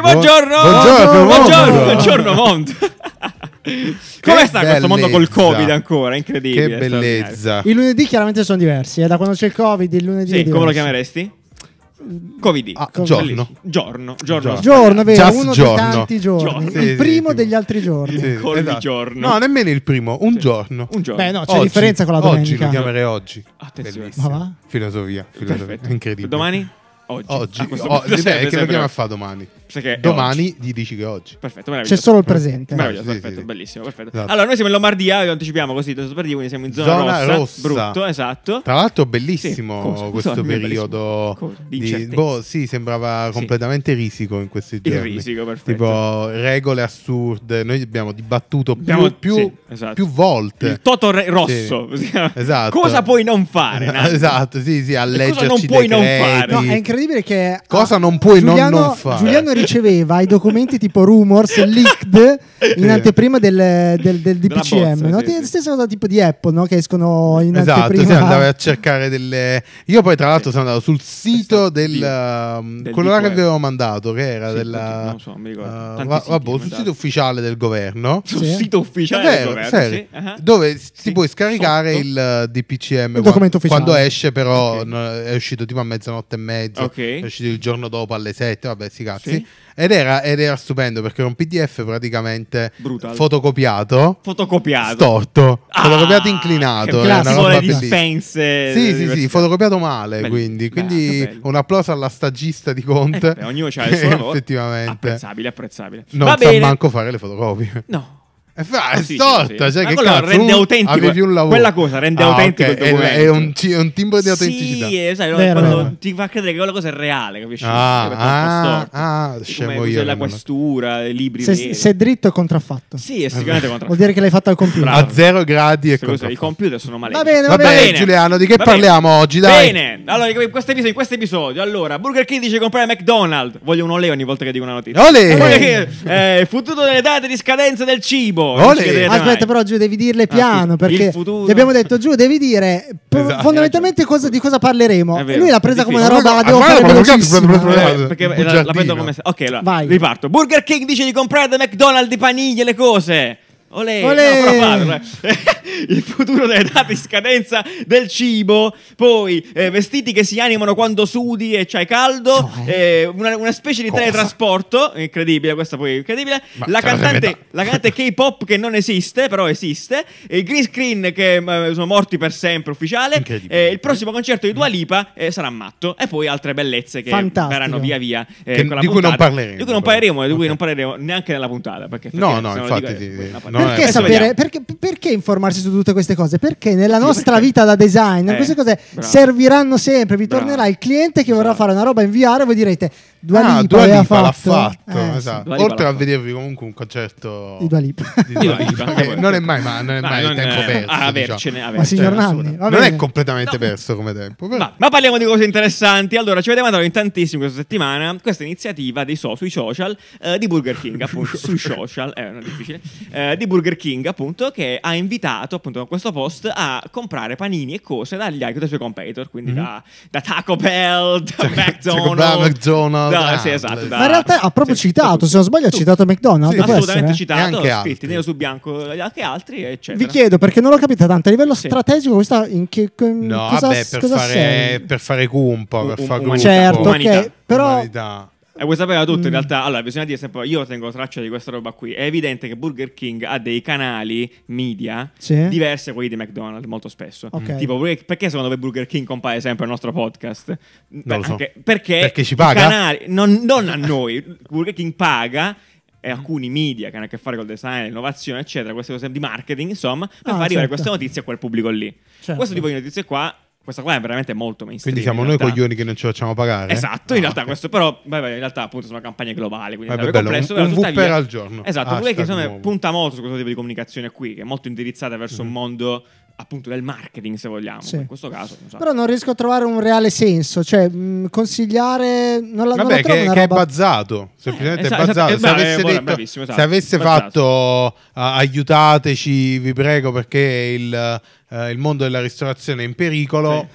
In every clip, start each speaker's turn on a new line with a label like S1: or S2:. S1: buongiorno!
S2: Buongiorno,
S1: buongiorno,
S2: mondo!
S1: buongiorno, mondo! Come sta questo mondo col
S2: bellezza.
S1: Covid ancora? Incredibile.
S2: Che
S1: straordinario.
S2: bellezza.
S3: I lunedì chiaramente sono diversi, eh, da quando c'è il Covid il lunedì è
S1: Sì, come lo
S3: diverso.
S1: chiameresti? Covid.
S2: Ah,
S1: Bellissimo.
S2: giorno.
S1: Giorno, giorno.
S3: Giorno, vero,
S2: Just
S3: uno
S2: giorno.
S3: dei tanti giorni,
S1: Giorno.
S3: il
S2: Sì, sì,
S3: primo
S2: tipo-
S3: degli altri giorni.
S2: Sì,
S1: Col giorno.
S2: No, nemmeno il primo, un giorno.
S1: Un giorno.
S3: Beh, no, c'è
S2: Oggi.
S3: differenza con la
S2: Oggi
S3: domenica.
S2: lo chiamerei oggi.
S1: Attenzione.
S2: Bellissimo.
S3: Ma va?
S2: Filosofia, filosofia.
S1: Perfetto.
S2: incredibile.
S1: Domani? Oggi.
S2: Oggi.
S1: A questo
S2: Oh,
S1: punto
S2: beh, che
S1: sarebbe
S2: lo
S1: sempre- Eh,
S2: chiama a fa domani?
S1: Perché è Oh,
S2: Domani gli dici che è oggi.
S1: Perfetto,
S3: C'è
S1: meraviglioso.
S3: solo il
S2: Beh,
S3: presente.
S1: Meraviglioso,
S2: Sì, sì,
S1: perfetto,
S2: sì.
S1: bellissimo, perfetto.
S2: Esatto.
S1: Allora, noi siamo in Lombardia, vi anticipiamo così, tanto per dire, quindi siamo in zona,
S2: Zona rossa.
S1: brutto, esatto.
S2: Tra l'altro bellissimo
S1: Sì, cosa?
S2: questo
S1: Cosa?
S2: periodo
S1: Cosa? Di
S2: di,
S1: incertezza.
S2: boh, sì, sembrava
S1: Sì.
S2: completamente risico in questi giorni.
S1: risico, perfetto.
S2: Tipo regole assurde, noi abbiamo dibattuto più,
S1: Abbiamo-
S2: più-
S1: sì, esatto.
S2: più volte.
S1: Il Toto Re- Rosso.
S2: Sì. Esatto.
S1: Cosa puoi non fare? Nando?
S2: esatto, sì, sì, a
S1: Cosa
S2: leggerci
S1: non puoi non
S2: decreti.
S1: fare?
S3: No, è incredibile che
S2: Cosa
S3: ah,
S2: non puoi non-
S3: Giuliano,
S2: non fare?
S3: Giuliano riceveva i documenti tipo rumors leaked in
S2: Sì.
S3: anteprima del, del, del
S1: Della
S3: DPCM.
S1: bozza,
S3: no?
S1: sì,
S3: Ti-
S1: sì.
S3: Stessa cosa tipo di Apple, no? che escono in
S2: Esatto,
S3: anteprima.
S2: sì, andavi a cercare delle. Io poi, tra l'altro,
S1: Sì.
S2: sono andato sul sito
S1: Esatto,
S2: del.
S1: di-
S2: um,
S1: del
S2: quello là che
S1: DQR.
S2: avevo mandato, che era
S1: Sì,
S2: della.
S1: oddio, non so, non mi ricordo.
S2: uh,
S1: Tanti
S2: va-
S1: siti
S2: vabbè,
S1: ho
S2: sul
S1: mandato.
S2: sito ufficiale del governo.
S1: Sul
S3: Sì.
S1: sito ufficiale
S2: Davvero,
S1: del governo,
S2: serio.
S1: Cioè, sì, ah.
S2: dove si
S1: Sì,
S2: puoi scaricare
S1: sotto.
S2: il uh, DPCM
S3: Il documento ufficiale.
S2: quando esce però
S1: Ok.
S2: no, è uscito tipo a mezzanotte e mezzo
S1: Ok.
S2: è uscito il giorno dopo alle 7 vabbè si cazzi
S1: Sì.
S2: ed, era, ed era stupendo perché era un pdf praticamente
S1: Brutal.
S2: fotocopiato
S1: fotocopiato.
S2: storto
S1: Ah,
S2: fotocopiato
S1: che
S2: inclinato
S3: bello.
S2: è una
S3: Classico
S2: roba
S1: le
S2: bellissima. sì sì
S1: dispense
S2: sì
S1: dell'università.
S2: fotocopiato male
S1: Bello.
S2: quindi,
S1: Beh,
S2: quindi
S1: che bello.
S2: un applauso alla stagista di
S1: Eh,
S2: Conte
S1: beh, ognuno c'ha il suo
S2: che
S1: lavoro.
S2: effettivamente
S1: Apprezzabile, apprezzabile.
S2: non
S1: Va
S2: sa
S1: bene.
S2: manco fare le fotocopie
S1: No.
S2: eh, fra,
S1: Ah,
S2: è
S1: sì,
S2: storta,
S1: sì, sì.
S2: cioè
S1: Ma
S2: che
S1: quello
S2: cazzo,
S1: rende
S2: tu
S1: autentico-
S2: avevi un lavoro.
S1: quella cosa rende autentico
S2: ok,
S1: il
S2: è, è
S1: documento.
S2: un, ci- è un timbro di autenticità.
S1: Sì, eh, sai, no,
S3: Vero,
S1: quando
S3: vero.
S1: ti fa credere che quella cosa è reale, capisci? Cioè,
S2: Ah,
S1: È un po' storto.
S2: ah, ah,
S1: Come
S2: scemo
S1: usi
S2: io,
S1: la
S2: non-
S1: questura, i libri
S3: se,
S1: veri.
S3: se è dritto è contraffatto.
S1: Sì, è sicuramente contro.
S3: Vuol dire che l'hai fatto al computer.
S1: Bravo.
S2: A zero gradi e
S1: Queste cose, I
S2: contraffatto.
S1: computer sono male.
S3: Va bene, va
S2: Vabbè,
S3: bene.
S2: Giuliano, di che parliamo oggi? Dai.
S1: Bene, allora in questo episodio, in questo episodio, allora, Burger King dice di comprare McDonald's. Voglio un olè ogni volta che dico una notizia.
S2: Olè!
S1: Burger King, eh, fottuto delle date di scadenza del cibo. Non
S2: Olè!
S1: ci crederete mai.
S3: Aspetta, però, Giù, devi dirle
S1: scusa,
S3: piano
S1: Ah, il
S3: perché
S1: futuro.
S3: ti abbiamo detto, Giù, devi dire po-
S2: Esatto.
S3: fondamentalmente cosa- di cosa parleremo.
S1: È
S3: E
S1: vero.
S3: lui l'ha presa come una
S1: Difficile.
S3: roba, la devo
S2: Ma
S3: fare
S2: guarda, guarda, guarda,
S3: velocissima.
S2: guarda,
S1: Eh, perché la- la,
S2: Bugiardino.
S1: prendo come. Ok, allora
S3: Vai.
S1: riparto. Burger King dice di comprare da McDonald's i panigli e le cose. Olè,
S3: Olè.
S1: no, però fatelo, eh. il futuro delle date di scadenza del cibo, poi eh, vestiti che si animano quando sudi e c'hai caldo,
S3: Cioè?
S1: eh, una, una specie di
S2: Cosa?
S1: teletrasporto, incredibile, questa poi è incredibile,
S2: Ma
S1: la
S2: te la
S1: cantante,
S2: sei
S1: la cantante K-pop che non esiste, però esiste, e il green screen che eh, sono morti per sempre ufficiale,
S2: Incredibile.
S1: eh, il prossimo concerto di Dua Lipa eh, sarà matto, e poi altre bellezze che
S3: Fantastico.
S1: verranno via via eh,
S2: Che-
S1: con la
S2: di cui non
S1: puntata.
S2: parleremo,
S1: Di cui non
S2: però.
S1: parleremo, di cui
S2: Ok.
S1: non parleremo neanche nella puntata. Perché
S2: No,
S1: perché
S2: no,
S1: se lo
S2: infatti sì,
S1: dico, eh,
S2: sì.
S1: no,
S2: No,
S1: eh,
S3: perché
S1: adesso
S3: sapere,
S1: vediamo.
S3: perché, perché informarsi su tutte queste cose? Perché nella
S1: Sì,
S3: nostra
S1: perché?
S3: vita da design
S1: Eh,
S3: queste cose
S1: bravo.
S3: serviranno sempre. Vi
S1: Bravo.
S3: tornerà il cliente che vorrà
S1: Esatto.
S3: fare una roba in VR e voi direte Dua Lipa,
S2: Ah, Dua
S3: aveva
S2: Lipa l'ha
S3: fatto.
S2: fatto,
S3: Eh, sì.
S2: esatto.
S1: Dua Lipa
S2: Oltre
S1: l'ha
S2: a
S1: fatto.
S2: vedervi comunque un concerto
S3: Di Dua Lipa.
S2: di Dua
S1: Di Dua
S2: Lipa,
S1: Lipa.
S2: che non è mai, ma non è
S1: Ma
S2: mai
S1: non-
S2: tempo
S1: eh,
S2: perso.
S1: ah,
S2: diciamo.
S1: avercene, avercene.
S3: Ma signor Nanni, va
S2: non è
S3: bene.
S2: completamente
S1: No.
S2: perso come tempo. però-
S1: Ma, ma parliamo di cose interessanti. Allora, ci vediamo in tantissimo questa settimana. Questa iniziativa dei so- sui social eh, di Burger King, appunto. sui social, eh, non è difficile. eh, di Burger King, appunto, che ha invitato appunto con questo post a comprare panini e cose dagli altri dei suoi competitor. Quindi da, da Taco Bell, da
S2: Mm-hmm. Cioè, Taco Bell,
S1: McDonald's.
S2: McDonald's,
S1: da- sì,
S2: ah,
S1: esatto.
S2: le-
S1: da-
S3: Ma in realtà ha proprio
S1: sì,
S3: citato,
S1: tutto.
S3: se non sbaglio, ha
S1: Tutto.
S3: citato McDonald's.
S2: Sì,
S3: può
S1: assolutamente
S3: essere?
S2: E
S1: citato,
S2: anche altri.
S1: scritti nero su bianco, anche altri, eccetera.
S3: Vi chiedo perché non l'ho capita tanto a livello
S1: Sì.
S3: strategico questa in che in
S2: No,
S3: cosa,
S2: vabbè, per
S3: cosa
S2: fare,
S3: serve?
S2: per fare cumpa, per fare
S1: Um-
S2: gruppo.
S1: umanità.
S3: Certo,
S1: Umanità.
S3: ok, Mm. però
S2: Umanità.
S1: E vuoi sapere tutto in realtà? Allora, bisogna dire sempre, io tengo traccia di questa roba qui. È evidente che Burger King ha dei canali media
S3: Sì.
S1: diversi da quelli di McDonald's molto spesso. Mm.
S3: Ok.
S1: Tipo, perché perché secondo me Burger King compare sempre al nostro podcast? Beh,
S2: lo so.
S1: perché,
S2: Perché ci
S1: i
S2: paga?
S1: canali- non, non a noi. Burger King paga e alcuni media che hanno a che fare col design, l'innovazione, eccetera, queste cose di marketing, insomma, per
S3: Ah,
S1: far arrivare
S3: certo.
S1: queste notizie a quel pubblico lì.
S3: Certo.
S1: Questo tipo di notizie qua, questa qua è veramente molto mainstream.
S2: Quindi siamo
S1: in
S2: noi
S1: realtà.
S2: coglioni che non ci facciamo pagare.
S1: Esatto,
S2: Ah,
S1: in realtà
S2: ok.
S1: questo però vabbè, in realtà appunto sono campagne globali,
S3: Eh,
S1: quindi
S2: Vabbè,
S1: è
S2: bello,
S1: complesso,
S2: un-
S1: però
S2: un
S1: tuttavia-
S2: Whopper al giorno.
S1: Esatto, quello che
S2: Hashtag
S1: insomma,
S2: nuovo.
S1: punta molto su questo tipo di comunicazione qui, che è molto indirizzata verso un mondo appunto del marketing, se vogliamo,
S3: Mhm. Sì.
S1: in questo caso. non so.
S3: Però non riesco a trovare un reale senso, cioè mh, consigliare non la, non la
S2: Vabbè,
S3: trovo
S2: che,
S3: una
S2: che è
S3: roba-
S2: bazzato. Semplicemente
S1: esatto,
S2: è bazzato.
S1: esatto,
S2: se
S1: eh, bravo,
S2: avesse,
S1: eh, buono,
S2: detto-
S1: bravissimo, esatto,
S2: se avesse
S1: bazzato.
S2: fatto ah, aiutateci, vi prego, perché il, eh, il mondo della ristorazione è in pericolo.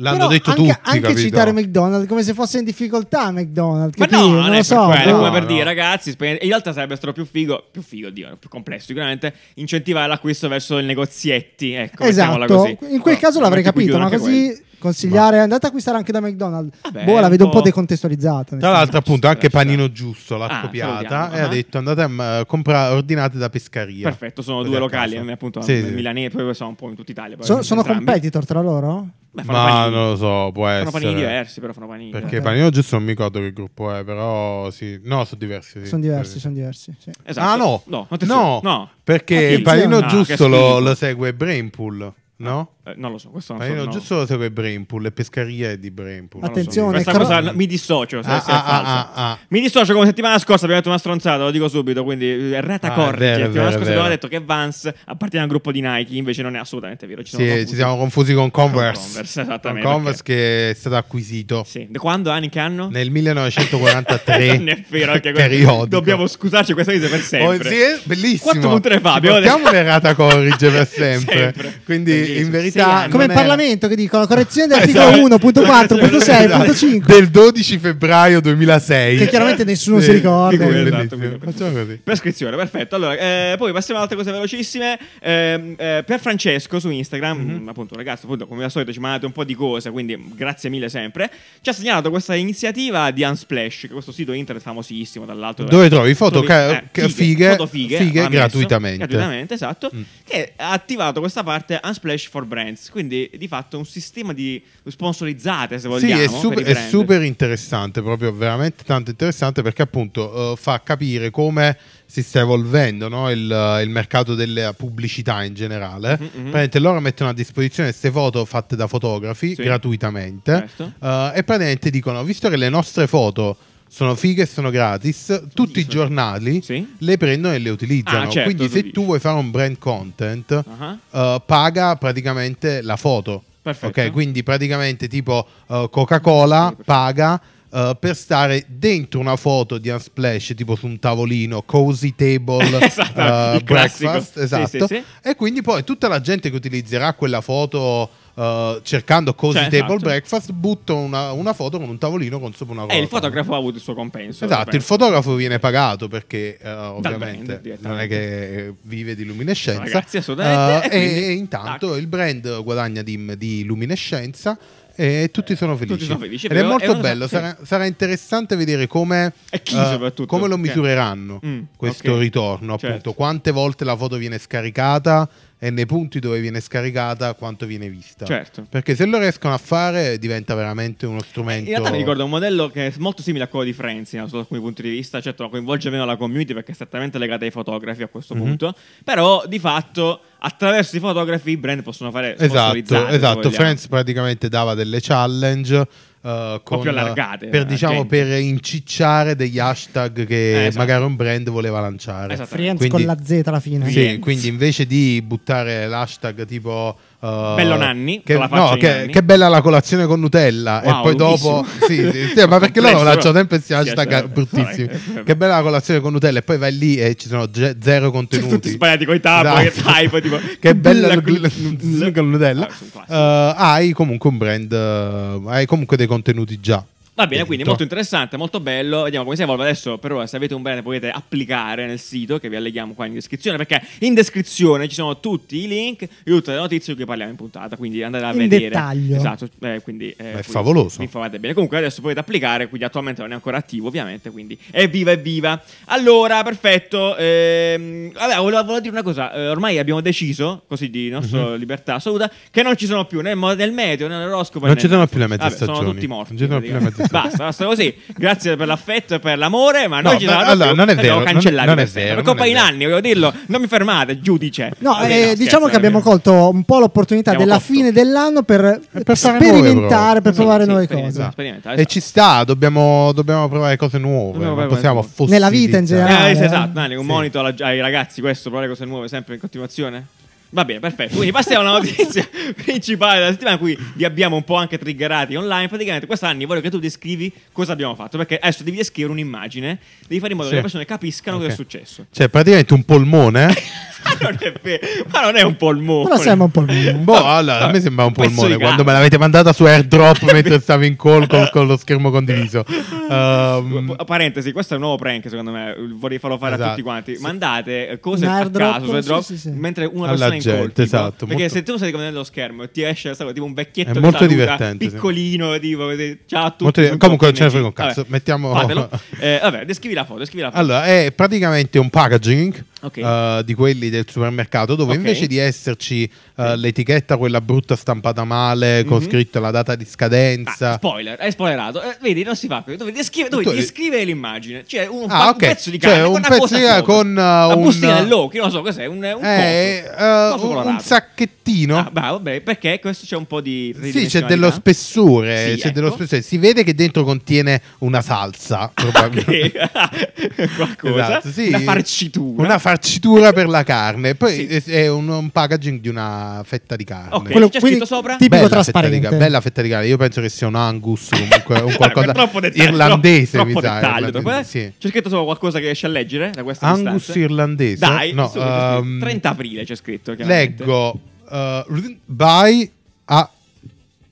S2: L'hanno
S3: Però
S2: detto
S3: anche,
S2: tutti,
S3: Anche
S2: capito?
S3: citare McDonald's come se fosse in difficoltà McDonald's,
S1: Ma
S3: capito?
S1: no,
S3: non
S1: non è
S3: lo so.
S1: per quello, è
S3: boh.
S1: come per
S2: No,
S1: dire,
S2: no.
S1: ragazzi, spe- in realtà sarebbe stato più figo, più figo, Dio, più complesso sicuramente, incentivare l'acquisto verso i negozietti, ecco, mettiamola
S3: Esatto,
S1: così.
S3: in quel
S1: Però,
S3: caso l'avrei
S1: metti cui
S3: capito, ma
S1: chiudono anche
S3: così consigliare andate a acquistare anche da McDonald's.
S1: Vabbè,
S3: boh, la
S1: un
S3: vedo un po'
S1: po'
S3: decontestualizzata.
S2: Tra l'altro,
S1: Ci
S2: appunto,
S1: sta,
S2: anche
S1: ci sta.
S2: Panino Giusto l'ha
S1: Ah,
S2: copiata
S1: salutiamo,
S2: e ha
S1: ah.
S2: detto andate a mm, comprare, ordinate da Pescaria.
S1: Perfetto, sono
S2: Così
S1: due
S2: a
S1: locali, eh,
S2: caso.
S1: appunto,
S2: Sì, sì.
S1: milanesi, poi sono un po' in tutta Italia.
S3: So- sono
S1: entrambi.
S3: competitor tra loro?
S1: Beh, fanno
S2: Ma
S1: panini.
S2: non lo so, può
S1: Fanno panini
S2: essere.
S1: diversi, però fanno panini.
S2: Perché
S3: Vabbè.
S2: Panino Giusto non mi ricordo che gruppo è, però sì. No, sono diversi. sì.
S3: sono diversi,
S2: Sì.
S3: sono diversi. sì.
S1: Esatto.
S2: Ah, no.
S1: no,
S2: No,
S1: no.
S2: Perché
S1: Attenzione.
S2: Panino
S1: Ah, che
S2: Giusto lo,
S1: schifo.
S2: lo segue Brainpool, no?
S1: Eh, non lo so, questo non
S2: Panino
S1: so, no.
S2: Giusto lo segue Brainpool e Pescaria è di Brainpool.
S1: Non lo so.
S3: Attenzione,
S1: Questa
S3: cro-
S1: cosa mi dissocio, se
S2: Ah,
S1: sia
S2: ah,
S1: falsa.
S2: ah, ah, ah.
S1: Mi dissocio come settimana scorsa abbiamo detto una stronzata, lo dico subito, quindi eh, errata
S2: Ah, è
S1: corre.
S2: vero, è vero,
S1: Settimana
S2: è
S1: scorsa
S2: vero.
S1: abbiamo detto che Vance appartiene al gruppo di Nike, invece non è assolutamente vero. Ci,
S2: Sì,
S1: sono confusi.
S2: ci siamo confusi con Converse.
S1: Con Converse, esattamente,
S2: Con Converse che è stato acquisito
S1: Sì. Da quando anni che hanno?
S2: nel 1943.
S1: non è vero anche questo.
S2: periodico.
S1: Dobbiamo scusarci questa crisi per sempre.
S2: Oh, sì, è bellissimo.
S1: 4.3 fa,
S2: Ci
S1: abbiamo detto-
S2: portiamo l'errata corrige per sempre.
S1: Sempre.
S2: Quindi
S1: Bellissimo.
S2: in
S1: Sei
S2: verità
S1: anni.
S3: Come il
S2: non era-
S3: Parlamento che dicono correzione dell'articolo
S2: Esatto.
S3: 1.4.6.5.
S2: del 12 febbraio 2006.
S3: Che chiaramente nessuno si ricorda.
S2: figurati,
S1: Esatto,
S2: bellissimo.
S1: quindi-
S2: Facciamo così.
S1: Prescrizione, perfetto. Allora, eh, poi passiamo ad altre cose velocissime. Ehm, eh, per Francesco su Instagram,
S2: Mhm.
S1: mm, appunto, un ragazzo, appunto, come al solito ci mandate un po' di cose, quindi mm, grazie mille sempre. Ci ha segnalato questa iniziativa di Unsplash, che è questo sito internet famosissimo dall'alto.
S2: Dove trovi foto ca- ca- fighe-
S1: foto eh, fighe,
S2: fighe
S1: ha messo,
S2: gratuitamente.
S1: gratuitamente, esatto.
S2: Mm.
S1: Che ha attivato questa parte Unsplash for Brands, quindi di fatto un sistema di sponsorizzate, se
S2: Sì,
S1: vogliamo.
S2: è
S1: per
S2: super,
S1: i
S2: è
S1: brand.
S2: super interessante, proprio veramente tanto interessante perché appunto eh, fa capire come si sta evolvendo no? il, eh, il mercato della pubblicità in generale.
S1: Mhm, mhm.
S2: Praticamente loro mettono a disposizione queste foto fatte da fotografi
S1: Sì.
S2: gratuitamente
S1: Certo.
S2: eh, e praticamente dicono, visto che le nostre foto sono fighe e sono gratis, tutti i
S1: sono-
S2: giornali
S1: Sì.
S2: le prendono e le utilizzano.
S1: Ah, certo,
S2: Quindi
S1: tu
S2: se
S1: dici.
S2: tu vuoi fare un brand content,
S1: Ah.
S2: eh, paga praticamente la foto.
S1: Perfetto.
S2: Ok, quindi praticamente tipo eh, Coca-Cola
S1: Sì, perfetto.
S2: paga eh, per stare dentro una foto di Unsplash, tipo su un tavolino, cozy table,
S1: Esatto,
S2: eh,
S1: il classico.
S2: breakfast,
S1: Sì,
S2: esatto.
S1: sì, sì.
S2: E quindi poi tutta la gente che utilizzerà quella foto eh, cercando cozy
S1: Cioè,
S2: table
S1: esatto.
S2: breakfast butta una, una foto con un tavolino con sopra una roba.
S1: E il fotografo ha avuto il suo compenso.
S2: Esatto, il
S1: penso.
S2: fotografo viene pagato perché eh,
S1: brand,
S2: ovviamente non è
S1: direttamente.
S2: che vive di luminescenza.
S1: Ragazzi, assolutamente.
S2: Eh,
S1: E
S2: e,
S1: quindi-
S2: e intanto il brand guadagna di, di luminescenza e tutti sono felici.
S1: sono felici,
S2: Ed è
S1: però- è
S2: molto
S1: una-
S2: bello,
S1: sì.
S2: sarà, sarà interessante vedere come,
S1: E chi
S2: eh,
S1: soprattutto?
S2: come lo
S1: Che-
S2: misureranno
S1: Mm,
S2: questo
S1: ok.
S2: ritorno, appunto,
S1: Certo.
S2: quante volte la foto viene scaricata e nei punti dove viene scaricata quanto viene vista.
S1: Certo. Eh,
S2: Perché se lo riescono a fare diventa veramente uno strumento...
S1: In realtà mi ricordo un modello che è molto simile a quello di Friends in- sotto alcuni punti di vista, certo coinvolge meno la community perché è strettamente legata ai fotografi a questo
S2: Mhm.
S1: punto, però di fatto attraverso i fotografi i brand possono fare
S2: Esatto,
S1: sponsorizzate, se
S2: esatto.
S1: vogliamo.
S2: Friends praticamente dava delle challenge eh, con,
S1: più allargate,
S2: per,
S1: eh,
S2: diciamo,
S1: gente.
S2: per incicciare degli hashtag che
S1: Eh, esatto.
S2: magari un brand voleva lanciare.
S1: Esatto.
S3: Friends
S2: Quindi-
S3: con la Z alla fine.
S2: Sì,
S1: Friends.
S2: quindi invece di buttare l'hashtag tipo eh,
S1: Bello Nanni,
S2: che,
S1: con la faccia
S2: no,
S1: di
S2: che,
S1: Nanni.
S2: che bella la colazione con Nutella,
S1: Wow,
S2: e poi dopo, sì,
S1: lunghissimo.
S2: sì, sì, ma perché loro
S1: Complesso,
S2: lanciano
S1: però.
S2: sempre questi
S1: Sì,
S2: hashtag
S1: esatto.
S2: bruttissimi.
S1: Vabbè.
S2: che bella la colazione con Nutella, e poi vai lì e ci sono ge- zero contenuti.
S1: tutti sbagliati coi tab,
S2: Esatto.
S1: che type, tipo,
S2: che bella la
S1: gl-
S2: colazione con Nutella.
S1: Ah, sono classici.
S2: Eh, hai comunque un brand, eh, hai comunque dei contenuti già.
S1: Va bene, quindi
S2: Dentro.
S1: molto interessante, molto bello. Vediamo come si evolve. Adesso, per ora, se avete un brand potete applicare nel sito che vi alleghiamo qua in descrizione. Perché in descrizione ci sono tutti i link e tutte le notizie di cui parliamo in puntata. Quindi andate a
S3: In
S1: vedere.
S3: dettaglio.
S1: Esatto. eh, quindi, eh,
S2: è
S1: vi-
S2: favoloso.
S1: Vi informate bene. Comunque, adesso potete applicare. Quindi, attualmente non è ancora attivo, ovviamente. Quindi, evviva, evviva. Allora, perfetto. Ehm, vabbè, volevo, volevo dire una cosa. Eh, ormai abbiamo deciso, così di nostra
S2: Mhm.
S1: libertà assoluta, che non ci sono più né mo- nel meteo né nell'oroscopo.
S2: Non
S1: né
S2: ci sono
S1: nel-
S2: più le mezze
S1: Vabbè, Sono
S2: stagioni.
S1: tutti morti.
S2: Non ci sono più le mezze stagioni.
S1: Basta, basta così. Grazie per l'affetto e per l'amore, ma noi
S2: No,
S1: ci
S2: ma
S1: saranno
S2: allora,
S1: più,
S2: non è
S1: le abbiamo
S2: vero, non-
S1: cancellate
S2: non è
S1: per sempre.
S2: vero,
S1: Per colpa
S2: non è
S1: di
S2: vero.
S1: Nanni, volevo dirlo, non mi fermate, giudice.
S3: No,
S1: Vabbè,
S3: eh,
S1: scherzo,
S3: diciamo che
S1: non è
S3: abbiamo
S1: vero.
S3: colto un po' l'opportunità
S1: Abbiamo
S3: della
S1: colto. Eh,
S3: fine dell'anno per,
S2: per fare nuove
S3: sperimentare, per
S1: Sì,
S3: provare
S1: sì,
S3: nuove
S1: sperimentare,
S3: cose.
S1: sperimentare,
S2: E
S1: esatto.
S2: ci sta, dobbiamo, dobbiamo provare cose nuove.
S1: Dobbiamo
S2: non
S1: provare
S2: possiamo
S1: cose
S2: fossilizzare.
S3: Nella vita in generale.
S1: Eh,
S3: Ah,
S1: sì,
S3: eh.
S1: esatto, Nani, un
S2: Sì.
S1: monito alla- ai ragazzi, questo, provare cose nuove sempre in continuazione. Va bene, perfetto. Quindi passiamo alla notizia principale della settimana, in cui vi abbiamo un po' anche triggerati online. Praticamente quest'anno voglio che tu descrivi cosa abbiamo fatto, perché adesso devi descrivere un'immagine, devi fare in modo
S2: Sì.
S1: che le persone capiscano
S2: Ok.
S1: cosa è successo.
S2: Cioè, praticamente un polmone
S1: non è vero. Ma non è un polmone.
S3: Però sembra un po' il
S2: Boh, allora, a me sembra un
S1: Pezzo di
S2: polmone quando me
S1: cazzo.
S2: l'avete mandata su airdrop mentre stavo in call con, con lo schermo condiviso. Ehm,
S1: P- Parentesi, questo è un nuovo prank secondo me, vorrei farlo fare
S2: Esatto,
S1: a tutti quanti.
S2: sì.
S1: Mandate eh, cose
S3: Un
S1: a
S3: airdrop,
S1: caso su airdrop,
S3: sì, sì, sì.
S1: mentre una
S2: Alla
S1: persona è in call.
S2: gente,
S1: tipo.
S2: esatto,
S1: perché
S2: molto-
S1: se tu stai guardando lo schermo e ti esce sta cosa, tipo un vecchietto
S2: È
S1: che
S2: molto
S1: saluta,
S2: divertente, sì.
S1: piccolino, tipo vedi, ciao a tutti.
S2: Molto di-
S1: tutto
S2: comunque non ce ne
S1: TNG.
S2: frega un cazzo,
S1: Vabbè,
S2: mettiamo-
S1: fatelo. Eh, vabbè, descrivi la foto, descrivi la foto.
S2: Allora, è praticamente un packaging
S1: Ok.
S2: eh, di quelli del supermercato dove
S1: Ok.
S2: invece di esserci eh,
S1: Sì.
S2: l'etichetta, quella brutta stampata male, con
S1: Mhm.
S2: scritto la data di
S1: Ah,
S2: scadenza.
S1: spoiler, hai spoilerato. Eh, vedi, non si fa così. Dove descrive, dove
S2: Tu-
S1: descrive l'immagine. Cioè, un,
S2: Ah,
S1: pa-
S2: ok.
S1: un pezzo di
S2: Cioè,
S1: carne con
S2: un
S1: una
S2: pezzo
S1: cosa
S2: di carne
S1: sopra.
S2: con, uh,
S1: una
S2: un-
S1: bustina dell'occhio, non lo so cos'è, un, un
S2: Eh,
S1: coso.
S2: eh,
S1: coso
S2: un, un
S1: colorato.
S2: sacchettino.
S1: Ah, bah, vabbè, perché questo c'è un po' di
S2: Sì, c'è
S1: tridimensionalità.
S2: dello spessore,
S1: Sì,
S2: c'è dello
S1: ecco.
S2: spessore. Si vede che dentro contiene una salsa, probabilmente.
S1: Ok. qualcosa,
S2: Esatto, sì.
S1: una farcitura.
S2: Una farcitura per la carne. Poi
S1: Sì.
S2: è- è un, un packaging di una fetta di carne.
S1: Ok,
S3: Quello-
S1: c'è
S3: quindi-
S1: scritto sopra?
S3: ti- Tipico
S2: bella
S3: trasparente.
S2: Fetta di, ca- bella fetta di carne. Io penso che sia un Angus, comunque un qualcosa
S1: Guarda, troppo dettaglio,
S2: irlandese,
S1: troppo,
S2: mi sa.
S1: dettaglio,
S2: irlandese,
S1: troppo- eh?
S2: sì.
S1: C'è scritto solo qualcosa che riesci a leggere da questa
S2: Angus
S1: distanza?
S2: irlandese?
S1: Dai,
S2: No,
S1: su, c'è scritto.
S2: ehm,
S1: 30 aprile c'è scritto. chiaramente.
S2: Leggo eh, by a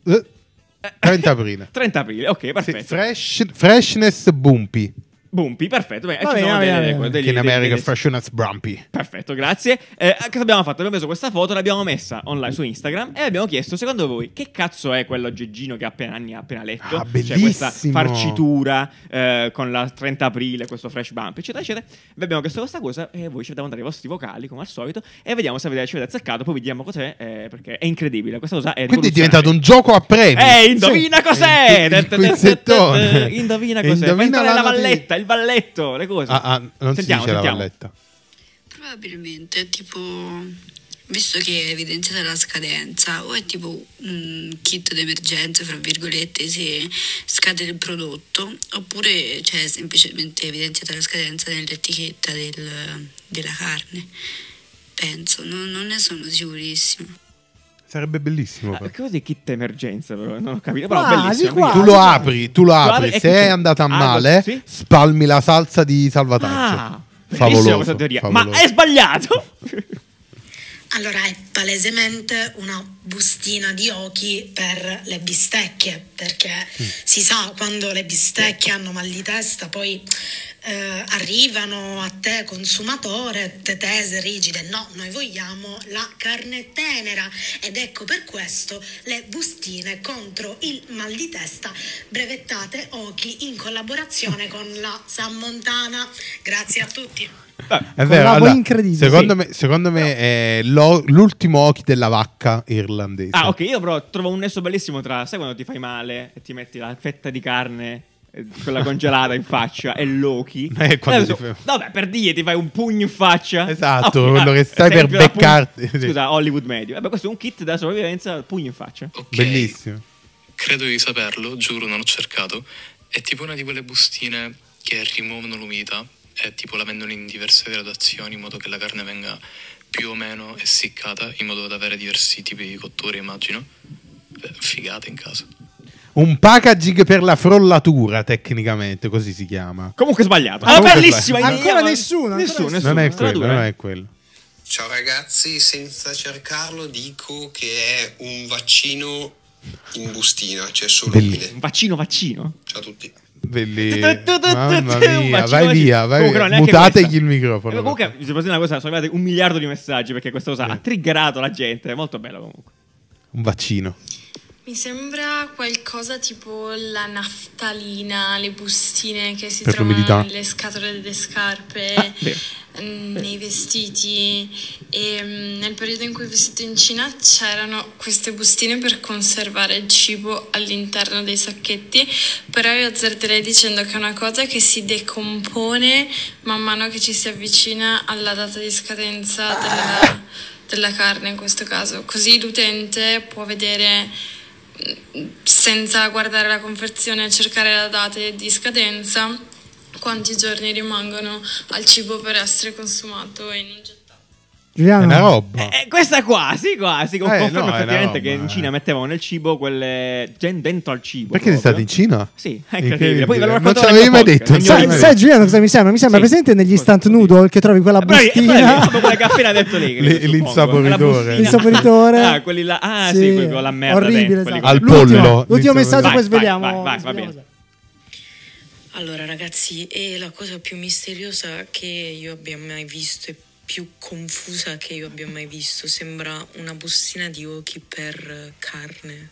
S2: eh, 30 aprile.
S1: 30 aprile, ok,
S2: Sì,
S1: perfetto.
S2: fresh- freshness Bumpy.
S1: Bumpy, perfetto. Beh,
S3: Va
S1: ci
S3: bene,
S1: sono
S3: va bene,
S1: delle-
S3: va bene.
S1: degli-
S2: che in
S1: degli-
S2: America è
S1: degli-
S2: freshness Bumpy.
S1: Perfetto, grazie. Eh, cosa abbiamo fatto? Abbiamo preso questa foto, l'abbiamo messa online su Instagram e abbiamo chiesto, secondo voi, che cazzo è quell'oggeggino che appena Anni ha appena letto?
S2: Ah,
S1: Cioè questa
S2: bellissimo.
S1: farcitura eh, con la 30 aprile, questo fresh bump, eccetera, eccetera. Vi abbiamo chiesto questa cosa e voi ci avete mandato i vostri vocali, come al solito, e vediamo se avete, ci avete azzeccato, poi vediamo cos'è, eh, perché è incredibile. Questa cosa è
S2: Quindi è
S1: rivoluzionaria.
S2: diventato un gioco a premi.
S1: Eh, indovina
S2: Sì.
S1: cos'è!
S2: Il, il quizzettone.
S1: Indovina cos'è!
S2: Indovina
S1: Mentre la
S2: noti-
S1: valletta, il valletto, le cose.
S2: Ah, ah, non
S1: Sentiamo,
S2: si dice
S1: sentiamo.
S2: la valletta.
S4: Probabilmente, tipo, visto che è evidenziata la scadenza, o è tipo un kit d'emergenza, fra virgolette, se scade il prodotto, oppure c'è semplicemente evidenziata la scadenza nell'etichetta del- della carne. Penso, non- non ne sono sicurissima.
S2: Sarebbe bellissimo.
S1: Ah,
S2: però.
S1: che cos'è kit emergenza? Però non ho capito. Però
S3: Quasi,
S1: bellissimo.
S3: quasi.
S1: quindi-
S2: Tu lo apri, tu lo
S1: Tu
S2: apri.
S1: apri e
S2: Se
S1: che-
S2: è andata a
S1: Ah,
S2: male,
S1: sì?
S2: spalmi la salsa di salvataggio.
S1: Ah, bellissima
S2: favoloso,
S1: questa teoria. Ma
S2: favoloso.
S1: è sbagliato.
S5: Allora è palesemente una bustina di occhi per le bistecche, perché si sa quando le bistecche hanno mal di testa, poi eh, arrivano a te consumatore, te tese, rigide. No, noi vogliamo la carne tenera ed ecco per questo le bustine contro il mal di testa brevettate occhi in collaborazione con la Sammontana. Grazie a tutti.
S1: Vabbè,
S2: È
S3: Con
S2: vero,
S3: la voce
S2: allora,
S3: incredibile.
S2: secondo,
S1: Sì.
S2: me, secondo me è lo- l'ultimo occhi della vacca irlandese.
S1: Ah, ok, io però trovo un nesso bellissimo tra, sai quando ti fai male e ti metti la fetta di carne eh, quella congelata in faccia e Loki
S2: Eh, quando ti fai-
S1: vabbè per dire ti fai un pugno in faccia
S2: Esatto,
S1: Ah, ok,
S2: quello
S1: ah,
S2: che stai per
S1: esempio da pugno-
S2: beccarti. Sì.
S1: scusa Hollywood medio vabbè questo è un kit da sopravvivenza pugno in faccia
S6: Ok,
S2: Bellissimo.
S6: Credo di saperlo, giuro, non ho cercato. È tipo una di quelle bustine che rimuovono l'umidità e tipo la vendono in diverse gradazioni in modo che la carne venga più o meno essiccata in modo da avere diversi tipi di cotture, immagino. Beh, Figate in caso.
S2: Un packaging per la frollatura, tecnicamente, così si chiama.
S1: comunque sbagliato allora
S2: Comunque
S1: bellissima
S3: sbagliato.
S1: idea,
S3: Ancora
S1: ma-
S3: nessuno,
S1: nessuno,
S3: ancora
S1: nessuno
S2: non è
S1: Sarà
S2: quello,
S1: dura,
S2: non
S1: eh.
S2: è quello.
S7: Ciao ragazzi, senza cercarlo dico che è un vaccino in bustina, cioè c'è solo
S2: Bellissimo.
S7: umile.
S1: un vaccino vaccino
S7: Ciao a tutti.
S2: Belli-
S1: Un
S2: Mamma mia,
S1: bacino,
S2: vai
S1: bacino.
S2: via, vai
S1: Comunque,
S2: via.
S1: no, neanche
S2: Mutategli
S1: questa.
S2: il microfono.
S1: Eh, Comunque, se posso dire una cosa, sono arrivati un miliardo di messaggi perché questa cosa ha triggerato la gente. È molto bella comunque.
S2: Un vaccino.
S8: Mi sembra qualcosa tipo la naftalina, le bustine che si
S2: Per
S8: trovano
S2: l'umidità.
S8: nelle scatole delle scarpe,
S1: Ah, vero.
S8: mm, nei vestiti. E mm, nel periodo in cui ho vissuto in Cina c'erano queste bustine per conservare il cibo all'interno dei sacchetti, però io azzarderei dicendo che è una cosa che si decompone man mano che ci si avvicina alla data di scadenza della, della carne in questo caso. Così l'utente può vedere mm, senza guardare la confezione e cercare la data di scadenza quanti giorni rimangono al cibo per essere consumato e non gettato.
S2: È
S3: Giuliano,
S2: una roba.
S1: Eh, questa quasi, quasi. Con
S2: Eh,
S1: conferma
S2: no, è
S1: effettivamente
S2: una roba,
S1: che in
S2: eh.
S1: Cina mettevano nel cibo quelle. gen- dentro al cibo.
S2: Perché sei stato
S1: proprio.
S2: in Cina?
S1: Sì, è incredibile.
S2: Incredibile.
S1: Poi ve lo
S2: Non
S1: racconto
S2: ce
S1: nel mio
S2: l'avevi mai
S1: podcast,
S2: detto,
S1: nel mio
S2: sai-
S3: sai,
S1: podcast.
S2: Giuliano.
S3: sai, Giuliano cosa mi sembra? Mi sembra
S1: Sì.
S3: presente negli
S1: Cosa
S3: stunt
S1: vuol dire?
S3: noodle che trovi quella
S1: Bravi, eh, bravi,
S3: bustina.
S1: proprio quella che ha appena detto lei.
S2: L-
S1: credo, suppongo.
S2: l'insaporitore.
S1: Quella bustina.
S3: L'insaporitore.
S1: Ah, quelli là. Ah, sì, quelli con la merda.
S3: Orribile,
S1: dentro, quelli
S3: esatto.
S2: Al
S1: con-
S3: L'ultimo-
S2: pollo.
S3: L'ultimo
S2: Vai,
S3: messaggio, poi
S1: vai,
S3: sveliamo.
S1: vai, vai, va
S3: sveliamo
S1: bene.
S9: Allora ragazzi, è la cosa più misteriosa che io abbia mai visto e più confusa che io abbia mai visto. Sembra una bustina di occhi per eh, carne.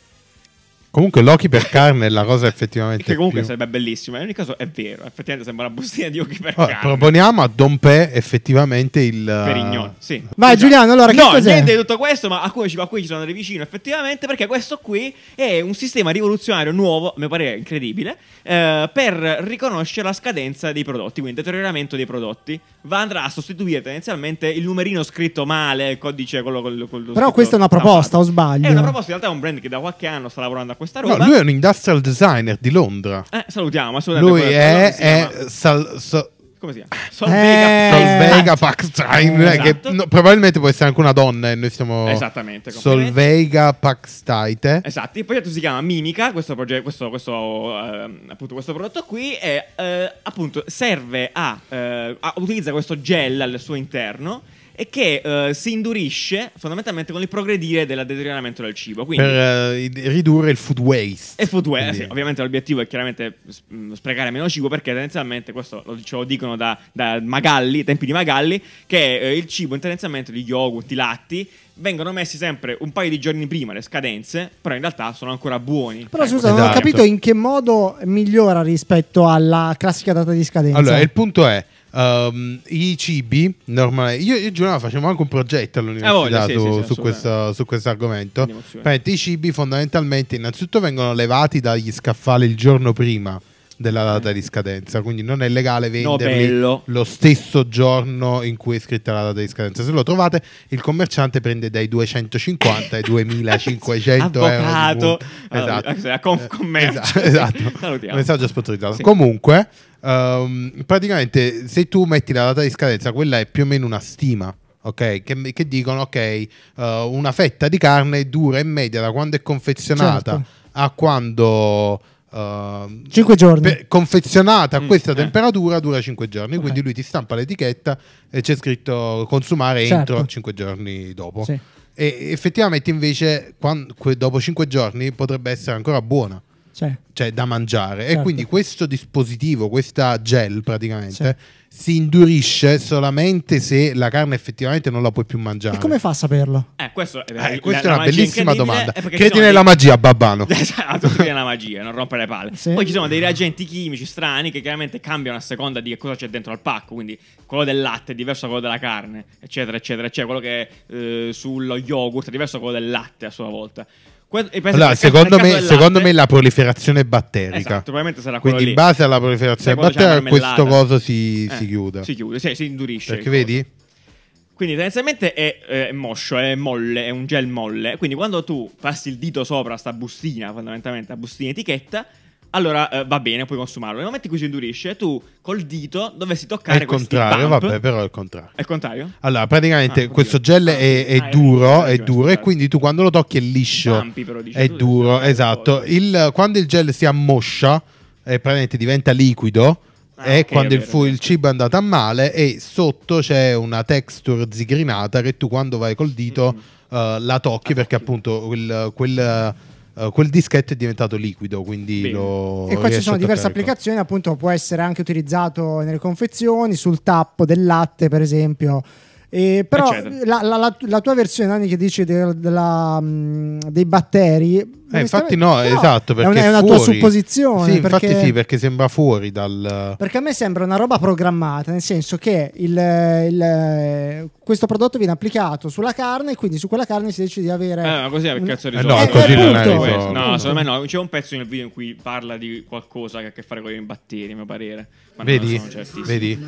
S2: Comunque, Loki per carne è la cosa effettivamente.
S1: Che comunque
S2: più-
S1: sarebbe bellissimo. In ogni caso è vero, effettivamente sembra una bustina di occhi per
S2: Oh,
S1: carne.
S2: proponiamo a Don Pè effettivamente il.
S1: Perignon, sì.
S3: Vai, Giuliano, allora, che
S1: no,
S3: cos'è?
S1: niente di tutto questo, ma a cui, ci- a cui ci sono andati vicino effettivamente, perché questo qui è un sistema rivoluzionario nuovo, a mio parere incredibile, eh, per riconoscere la scadenza dei prodotti, quindi il deterioramento dei prodotti. Va, andrà a sostituire tendenzialmente il numerino scritto male, il codice, quello, quello, quello
S3: Però
S1: scritto
S3: questa è una proposta,
S1: stampato.
S3: o sbaglio?
S1: È una proposta, in realtà è un brand che da qualche anno sta lavorando a questa
S2: No,
S1: roba.
S2: lui è un industrial designer di Londra.
S1: Eh, salutiamo, assolutamente.
S2: Lui
S1: quello-
S2: è.
S1: quello
S2: è
S1: che si chiama-
S2: sal- sal-
S1: Come si chiama?
S3: Eh,
S2: Solveiga Pakstein,
S1: esatto.
S2: eh, che no, probabilmente può essere anche una donna e noi stiamo...
S1: Esattamente, complimenti.
S2: Solveiga Pakstaite.
S1: Esatto, il progetto si chiama Mimica, questo, progetto, questo, questo, ehm, appunto, questo prodotto qui, e, eh, appunto serve a, eh, a- utilizza questo gel al suo interno e che eh, si indurisce fondamentalmente con il progredire del deterioramento del cibo. Quindi,
S2: per eh, i- ridurre il food waste.
S1: e food waste,
S2: Quindi-
S1: sì, ovviamente l'obiettivo è chiaramente s- mh, sprecare meno cibo perché tendenzialmente, questo lo, ce lo dicono da, da Magalli, tempi di Magalli, che eh, il cibo tendenzialmente, gli yogurt, i latti, vengono messi sempre un paio di giorni prima le scadenze, però in realtà sono ancora buoni.
S3: Però
S1: Eh,
S3: scusa, non ho
S2: Esatto.
S3: capito in che modo migliora rispetto alla classica data di scadenza.
S2: Allora, il punto è, ehm, i cibi normali... Io, io e Giuliano facevamo anche un progetto all'università
S1: Ah, voglia, sì,
S2: su,
S1: sì, sì,
S2: su questo, su questo argomento.
S1: Quindi emozioni.
S2: Praticamente I cibi fondamentalmente innanzitutto vengono levati dagli scaffali il giorno prima della data di scadenza, quindi non è legale venderli
S1: bello.
S2: lo stesso giorno in cui è scritta la data di scadenza. Se lo trovate, il commerciante prende dai 250 ai 2500 euro. di
S1: Avvocato.
S2: multa.
S1: Allora, eh, a Confcommercio.
S2: Esatto, esatto.
S1: Salutiamo.
S2: Messaggio sponsorizzato.
S1: Sì.
S2: Comunque, ehm, praticamente se tu metti la data di scadenza, quella è più o meno una stima. Ok, che, che dicono ok, eh, una fetta di carne dura in media da quando è confezionata
S3: Certo.
S2: a quando ehm,
S3: 5 giorni.
S2: pe- confezionata a questa
S1: eh.
S2: temperatura dura 5 giorni.
S3: Ok.
S2: Quindi lui ti stampa l'etichetta e c'è scritto consumare
S3: Certo.
S2: entro 5 giorni dopo.
S3: Sì.
S2: E effettivamente invece quan- que- dopo 5 giorni potrebbe essere ancora buona
S3: Cioè,
S2: cioè da mangiare.
S3: Certo.
S2: E quindi questo dispositivo, questa gel praticamente, si indurisce solamente se la carne effettivamente non la puoi più mangiare.
S3: e come fa a saperlo?
S1: Eh, questo è,
S2: Eh, questa è
S1: la
S2: una
S1: magia
S2: bellissima
S1: incredibile
S2: domanda.
S1: è perché ci
S2: Credi
S1: sono
S2: nella
S1: dei-
S2: magia, babbano.
S1: Esatto, credi nella magia, non rompere le palle.
S3: Sì.
S1: Poi ci sono dei reagenti chimici strani che chiaramente cambiano a seconda di che cosa c'è dentro al pacco. Quindi quello del latte è diverso da quello della carne, eccetera, eccetera. Cioè, quello che è eh, sullo yogurt è diverso da quello del latte a sua volta. Que- e penso
S2: Allora,
S1: che nel caso-
S2: secondo
S1: nel
S2: me,
S1: caso del
S2: secondo
S1: latte-
S2: me la proliferazione batterica.
S1: Esatto, probabilmente sarà quello
S2: Quindi in
S1: lì.
S2: base alla proliferazione
S1: Sai, quando c'è la
S2: batterica questo
S1: marmellata.
S2: coso si,
S1: Eh,
S2: si chiude.
S1: Si chiude, sì, si indurisce.
S2: Perché
S1: il coso.
S2: vedi?
S1: Quindi tendenzialmente è, eh, è moscio, è molle, è un gel molle. Quindi quando tu passi il dito sopra sta bustina, fondamentalmente, la bustina etichetta, allora eh, va bene, puoi consumarlo. Nel momento in cui si indurisce, tu col dito dovresti
S2: È
S1: toccare
S2: il
S1: questi
S2: contrario,
S1: bump.
S2: vabbè, però è il contrario.
S1: È il contrario?
S2: Allora, praticamente
S1: Ah,
S2: questo
S1: oddio.
S2: gel
S1: Ah,
S2: è, è
S1: ah, è
S2: duro,
S1: duro,
S2: è duro e
S1: scusate.
S2: quindi tu quando lo tocchi è liscio,
S1: Zampi, però, dici
S2: è
S1: tu,
S2: duro,
S1: devi stampare
S2: esatto.
S1: un po'.
S2: Il- quando il gel si ammoscia e praticamente diventa liquido,
S1: Ah,
S2: è
S1: ok,
S2: quando
S1: è
S2: il,
S1: vero,
S2: fu-
S1: ok.
S2: il cibo è andato a male e sotto c'è una texture zigrinata che tu quando vai col dito eh, la tocchi perché appunto quel... quel eh, quel dischetto è diventato liquido, quindi
S1: Bene.
S2: lo
S3: e qua ci
S2: riesci
S3: sono
S2: a
S3: diverse
S2: toccare con-
S3: applicazioni, appunto può essere anche utilizzato nelle confezioni, sul tappo del latte per esempio. E però
S1: Eccetera.
S3: la, la- la- la tua versione, Nani, che dici del- della, mh, dei batteri... onestamente-
S2: Eh, infatti no, esatto,
S3: è una-
S2: perché
S3: è una, tua
S2: fuori-
S3: supposizione.
S2: Sì, infatti
S3: perché-
S2: sì, perché sembra fuori dal...
S3: Perché a me sembra una roba programmata, nel senso che il- il- questo prodotto viene applicato sulla carne e quindi su quella carne si decide di avere...
S1: Eh, no, così è per
S3: un-
S1: cazzo
S2: Eh,
S1: risolto.
S2: no,
S3: così non è
S1: punto.
S3: risolto.
S1: No, secondo me no. C'è un pezzo nel video in cui parla di qualcosa che ha a che fare con i batteri, a mio parere. Ma non
S2: Vedi?
S1: sono certissimo.
S2: Vedi?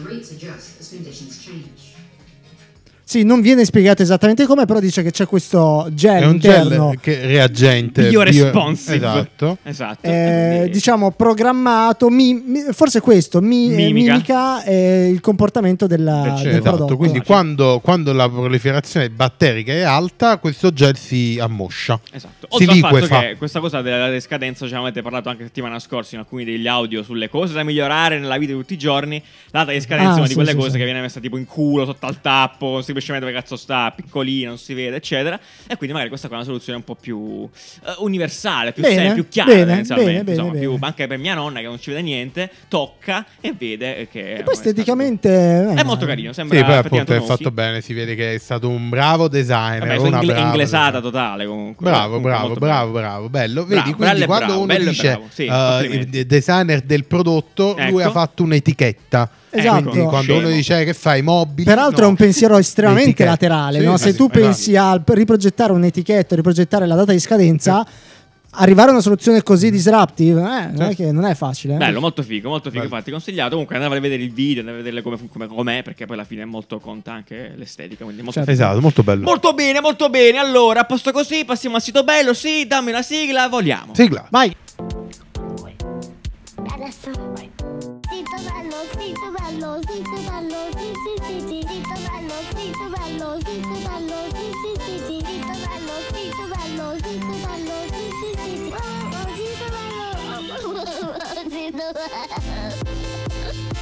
S3: Sì, non viene spiegato esattamente come, però dice che c'è questo gel
S2: È un
S3: interno.
S2: gel che reagente.
S1: Bioresponsive.
S2: bio- Esatto.
S1: Esatto.
S3: eh,
S1: Quindi-
S3: diciamo programmato, mi- mi- forse questo mi, eh,
S1: Mimica.
S3: mimica eh, il comportamento della,
S2: Eh,
S3: del
S2: esatto.
S3: prodotto.
S2: Quindi quando, quando la proliferazione batterica è alta, questo gel si ammoscia.
S1: Esatto.
S2: Si
S1: Oltre al fatto
S2: liquefa.
S1: che questa cosa della descadenza, ce ne avete parlato anche settimana scorsa in alcuni degli audio sulle cose da migliorare nella vita di tutti i giorni. La data di scadenza
S3: Ah,
S1: è una
S3: sì,
S1: di quelle
S3: sì,
S1: cose
S3: sì.
S1: che viene messa tipo in culo, sotto al tappo, non si capisce mai dove cazzo sta, piccolina, non si vede, eccetera. E quindi magari questa qua è una soluzione un po' più eh, universale, più,
S3: Bene,
S1: sem- più chiara
S3: bene,
S1: tendenzialmente.
S3: bene, bene,
S1: Insomma,
S3: bene.
S1: più- anche per mia nonna che non ci vede niente, tocca e vede eh, che.
S3: E poi esteticamente
S1: È
S3: eh,
S1: molto
S3: no.
S1: carino, sembra
S2: Sì, poi
S1: effettivamente
S2: appunto è
S1: uno
S2: fatto
S1: sì.
S2: bene, si vede che è stato un bravo designer.
S1: Vabbè, sono
S2: Eh, una
S1: ingle-
S2: brava
S1: inglesata
S2: designer.
S1: totale comunque.
S2: Bravo,
S1: Comunque
S2: bravo,
S1: molto
S2: bravo, bravo, bello. Vedi,
S1: Bravo, bello
S2: quindi
S1: e
S2: quando
S1: bravo,
S2: uno
S1: bello e
S2: dice
S1: bravo, sì,
S2: eh,
S1: complimenti.
S2: il designer del prodotto, lui
S1: Ecco.
S2: ha fatto un'etichetta.
S3: Esatto.
S2: Quindi quando
S1: Scemo.
S2: uno dice che fai mobili,
S3: Peraltro
S2: Ecco, no,
S3: è un pensiero estremamente
S2: etichetta.
S3: laterale.
S2: Sì,
S3: no?
S2: ma
S3: Se
S2: sì,
S3: tu
S2: esatto.
S3: pensi a riprogettare un'etichetta, riprogettare la data di scadenza, arrivare a una soluzione
S2: Mm.
S3: così disruptive eh, non, è che- non è facile. eh.
S1: Bello, molto figo, molto figo,
S2: Bello.
S1: infatti consigliato. Comunque andate a vedere il video, andate a vedere come, fu- come- com'è, perché poi alla fine molto conta anche l'estetica. Quindi molto,
S3: Certo.
S1: figo.
S2: Esatto, molto bello.
S1: molto bene, molto bene. Allora, a posto così, passiamo al sito bello. Sì, dammi una sigla, vogliamo.
S2: Sigla.
S3: Vai,
S10: Adesso. Sito bello, sito bello, sito bello, sì sì sì sì, sito bello, sito bello, sito bello, sì sì sì sì, sito bello, sito bello, sito bello, sì sì sì sì. Oh, oh, sito bello, oh, sito bello.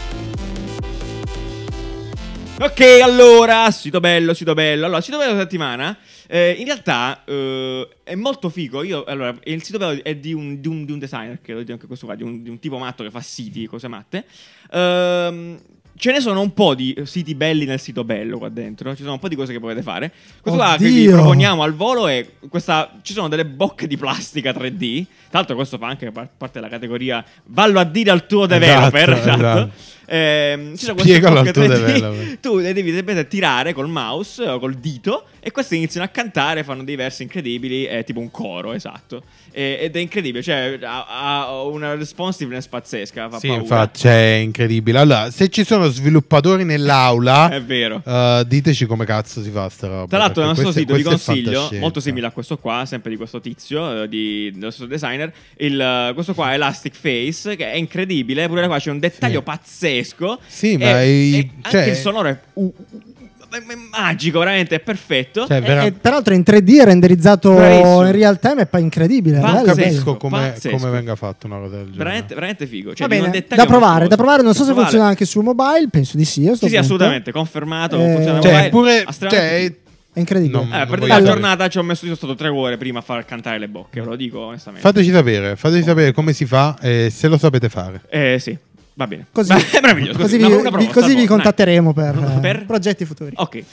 S1: Ok, allora, sito bello, sito bello. Allora, sito bello della settimana. eh, in realtà eh, è molto figo. Io, allora, il sito bello è di un, di un- di un designer, che lo dico anche questo qua, di un, di un tipo matto che fa siti, cose matte. Ehm, ce ne sono un po' di siti belli nel sito bello qua dentro. Ci sono un po' di cose che potete fare. Questo qua che vi
S3: Oddio.
S1: proponiamo al volo è questa. Ci sono delle bocche di plastica 3D. Tra l'altro, questo fa anche par- parte della categoria vallo a dire al tuo developer.
S2: Esatto,
S1: Esatto.
S2: esatto.
S1: Ehm, ci sono queste
S2: Spiegalo al
S1: bocche
S2: tuo
S1: 3D
S2: developer.
S1: tu le devi sempre tirare col mouse o col dito e questi iniziano a cantare, fanno dei versi incredibili, è tipo un coro, esatto. E- ed è incredibile, cioè ha, ha una responsiveness pazzesca, fa
S2: Sì,
S1: paura.
S2: infatti, cioè, è incredibile. Allora, se ci sono sviluppatori nell'aula,
S1: È vero.
S2: eh, diteci come cazzo si fa sta roba.
S1: Tra l'altro, nel
S2: perché
S1: nostro
S2: questo-
S1: sito vi
S2: questo è
S1: consiglio,
S2: fantascienza.
S1: molto simile a questo qua, sempre di questo tizio, eh, di, dello stesso designer. il, eh, questo qua è Elastic Face, che è incredibile. Pure qua c'è un dettaglio
S2: Sì.
S1: pazzesco.
S2: Sì,
S1: E-
S2: ma i-
S1: e
S2: cioè-
S1: anche il sonoro è, u- u- u- è magico, veramente è perfetto.
S2: Cioè,
S1: E-
S2: vera-
S3: E peraltro è in 3D realizzato
S1: Bravissimo.
S3: in real time è poi incredibile.
S1: Pazzesco.
S3: bello,
S2: Non
S3: bello.
S2: capisco come,
S1: pazzesco.
S2: come venga fatta una cosa del genere.
S1: Veramente, veramente figo. Cioè,
S3: Va
S1: di un
S3: bene,
S1: dettaglio
S3: da provare,
S1: mostruoso.
S3: da provare, non so se
S1: Provare.
S3: funziona anche su mobile, penso di sì. a sto
S1: Sì, sì,
S3: punto.
S1: assolutamente, confermato.
S3: Eh,
S1: funziona
S3: Cioè,
S1: mobile,
S2: pure-
S1: assolutamente
S2: cioè,
S1: figo.
S3: È incredibile.
S2: No,
S1: Eh, per
S2: voglio
S1: la
S3: sapere.
S1: giornata ci ho messo io stato tre ore prima a far cantare le bocche, ve lo dico onestamente.
S2: Fateci sapere, fateci sapere come si fa e se lo sapete fare.
S1: Eh sì, va bene.
S3: Così,
S1: Meraviglioso,
S3: così
S1: una-
S3: vi,
S1: una
S3: vi-
S1: proposta,
S3: così vi
S1: dai.
S3: contatteremo per, eh,
S1: Per?
S3: progetti futuri.
S1: Ok.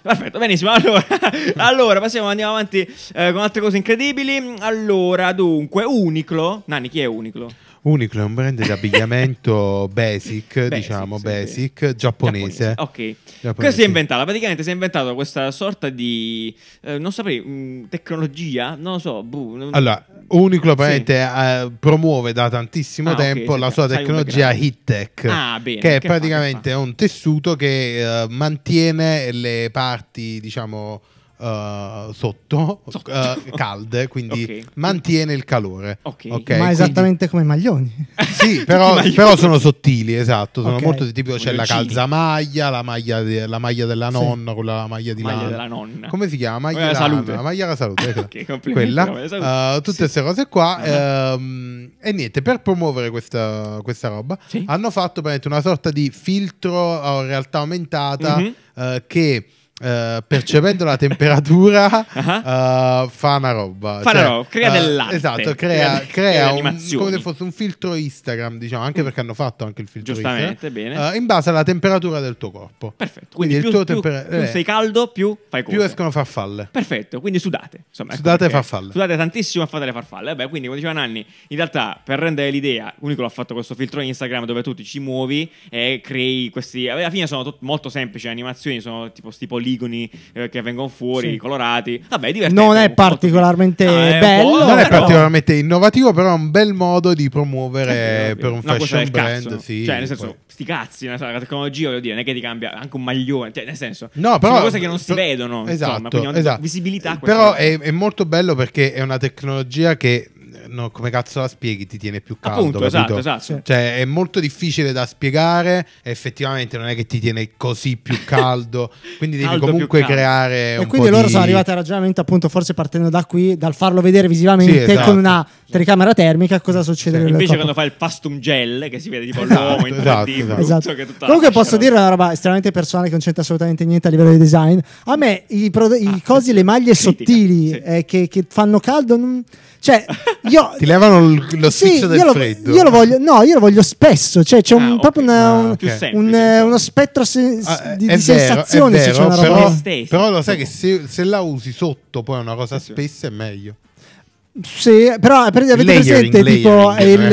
S1: Perfetto, benissimo. Allora, allora, passiamo, andiamo avanti eh, con altre cose incredibili. Allora, dunque, Uniclo. Nani, chi è Uniclo?
S2: Uniqlo è un brand di abbigliamento basic,
S1: Basic,
S2: diciamo
S1: sì,
S2: basic, giapponese.
S1: Ok.
S2: Giapponese.
S1: Cosa si è inventata? Praticamente si è inventata questa sorta di. eh, non saprei, mh, tecnologia? Non lo so. buh, non-
S2: Allora, Uniqlo praticamente,
S1: Sì.
S2: eh, promuove da tantissimo
S1: Ah, ok,
S2: tempo
S1: sì,
S2: la
S1: sì,
S2: sua
S1: sai un
S2: tecnologia
S1: background.
S2: heat tech,
S1: Ah, bene,
S2: che è
S1: che fa, che
S2: praticamente
S1: fa?
S2: un tessuto che eh, mantiene le parti, diciamo, eh, sotto,
S1: Sotto.
S2: eh, calde, quindi
S1: Ok.
S2: mantiene il calore.
S1: Ok.
S2: ok?
S3: Ma
S2: Quindi-
S3: esattamente come i maglioni.
S2: Sì, però,
S1: Tutti i maglioni.
S2: però sono sottili, esatto. Sono
S3: Ok.
S2: molto tipo c'è la
S1: Maglioncini.
S2: calzamaglia, la maglia, de- la maglia della
S3: Sì.
S2: nonna, quella la maglia di
S1: Maglia
S2: lana.
S1: della nonna.
S2: Come si chiama? Maglia
S1: Quella
S2: della
S1: della Eh, salute.
S2: nonna, maglia della salute. ecco.
S1: Ok, complimenti,
S2: quella.
S1: maglia della salute. Ah,
S2: Eh, tutte queste cose qua. ehm, e niente, per promuovere questa, questa roba
S1: Sì.
S2: hanno fatto praticamente una sorta di filtro a realtà aumentata
S1: Mhm.
S2: eh, che... eh, percependo la temperatura
S1: Ah.
S2: eh, fa una roba
S1: Fa una roba, crea
S2: eh,
S1: dell'arte.
S2: esatto
S1: Crea-
S2: crea, crea
S1: crea
S2: un-
S1: animazioni. Mm.
S2: come se fosse un filtro Instagram diciamo anche perché hanno fatto anche il filtro
S1: Giustamente,
S2: Instagram,
S1: bene.
S2: eh, in base alla temperatura del tuo corpo
S1: Perfetto. Quindi,
S2: il
S1: più,
S2: tuo
S1: più-
S2: tempera-
S1: più
S2: eh,
S1: sei caldo, più fai cose.
S2: più escono farfalle
S1: Perfetto, quindi sudate. Insomma, ecco
S2: Sudate
S1: perché-
S2: farfalle.
S1: Sudate tantissimo e fate le farfalle. Eh, Beh, quindi, come diceva Nanni, in realtà, per rendere l'idea, Unico ha fatto questo filtro Instagram dove tu ti ci muovi e crei questi. Alla fine sono tot- molto semplici, le animazioni sono tipo sti polligoni poligoni eh, che vengono fuori,
S3: Sì.
S1: colorati. Vabbè, è divertente.
S3: Non è
S1: comunque, molto-
S3: particolarmente
S1: Ah, è un
S3: bello,
S1: po',
S2: non è
S1: però-
S2: particolarmente innovativo, però è un bel modo di
S1: Eh,
S2: promuovere
S1: ovvio.
S2: per un
S1: Una cosa
S2: fashion
S1: del
S2: brand.
S1: cazzo.
S2: sì,
S1: cioè, nel senso,
S2: poi-
S1: sti cazzi, nella la tecnologia, voglio dire, non è che ti cambia anche un maglione, cioè, nel senso,
S2: No, però,
S1: sono cose che non si
S2: però-
S1: vedono,
S2: Esatto,
S1: insomma, quindi una
S2: esatto.
S1: visibilità.
S2: Però
S1: questa-
S2: è, è molto bello perché è una tecnologia che, no, come cazzo la spieghi, ti tiene più caldo.
S1: appunto, esatto,
S2: capito?
S1: esatto.
S3: Sì.
S2: Cioè, è molto difficile da spiegare. e Effettivamente, non è che ti tiene così più caldo. Quindi devi
S1: Caldo più
S2: comunque
S1: caldo.
S2: creare un
S3: e quindi
S2: po'
S3: loro
S2: di-
S3: sono arrivati al ragionamento, appunto, forse partendo da qui, dal farlo vedere visivamente
S2: Sì, esatto.
S3: con una telecamera termica, cosa succede nel
S1: Invece
S3: corpo.
S1: quando fa il pastum gel che si vede tipo
S2: Esatto,
S1: l'uomo in 3D
S2: esatto,
S1: brutto,
S3: Esatto.
S1: che è tutta
S3: Comunque
S1: la
S3: posso
S1: fascia,
S3: dire una roba estremamente personale che non c'entra assolutamente niente a livello di design. A me i, pro- i
S1: Ah,
S3: cosi, le maglie
S1: critica,
S3: sottili
S1: sì.
S3: eh, che, che fanno caldo, non- cioè io...
S2: Ti levano il- lo
S3: Sì,
S2: sfizio del
S3: io lo,
S2: freddo.
S3: io lo voglio, no, io lo voglio spesso. Cioè, c'è
S1: Ah,
S3: un-
S1: ok.
S3: proprio una-
S2: Ah,
S3: un-
S2: ok.
S1: più
S2: un-
S1: semplice,
S3: un, eh,
S1: insomma.
S3: uno spettro sen-
S2: Ah,
S3: di,
S2: è
S3: di
S2: vero,
S3: sensazioni.
S2: è
S3: se c'è
S2: vero,
S3: una roba
S2: però,
S3: del-
S1: Estesi.
S2: però lo sai che se, se la usi sotto poi è una cosa spessa è meglio.
S3: Sì, però per- avete
S2: Layering,
S3: presente tipo
S2: layering,
S3: il, ehm,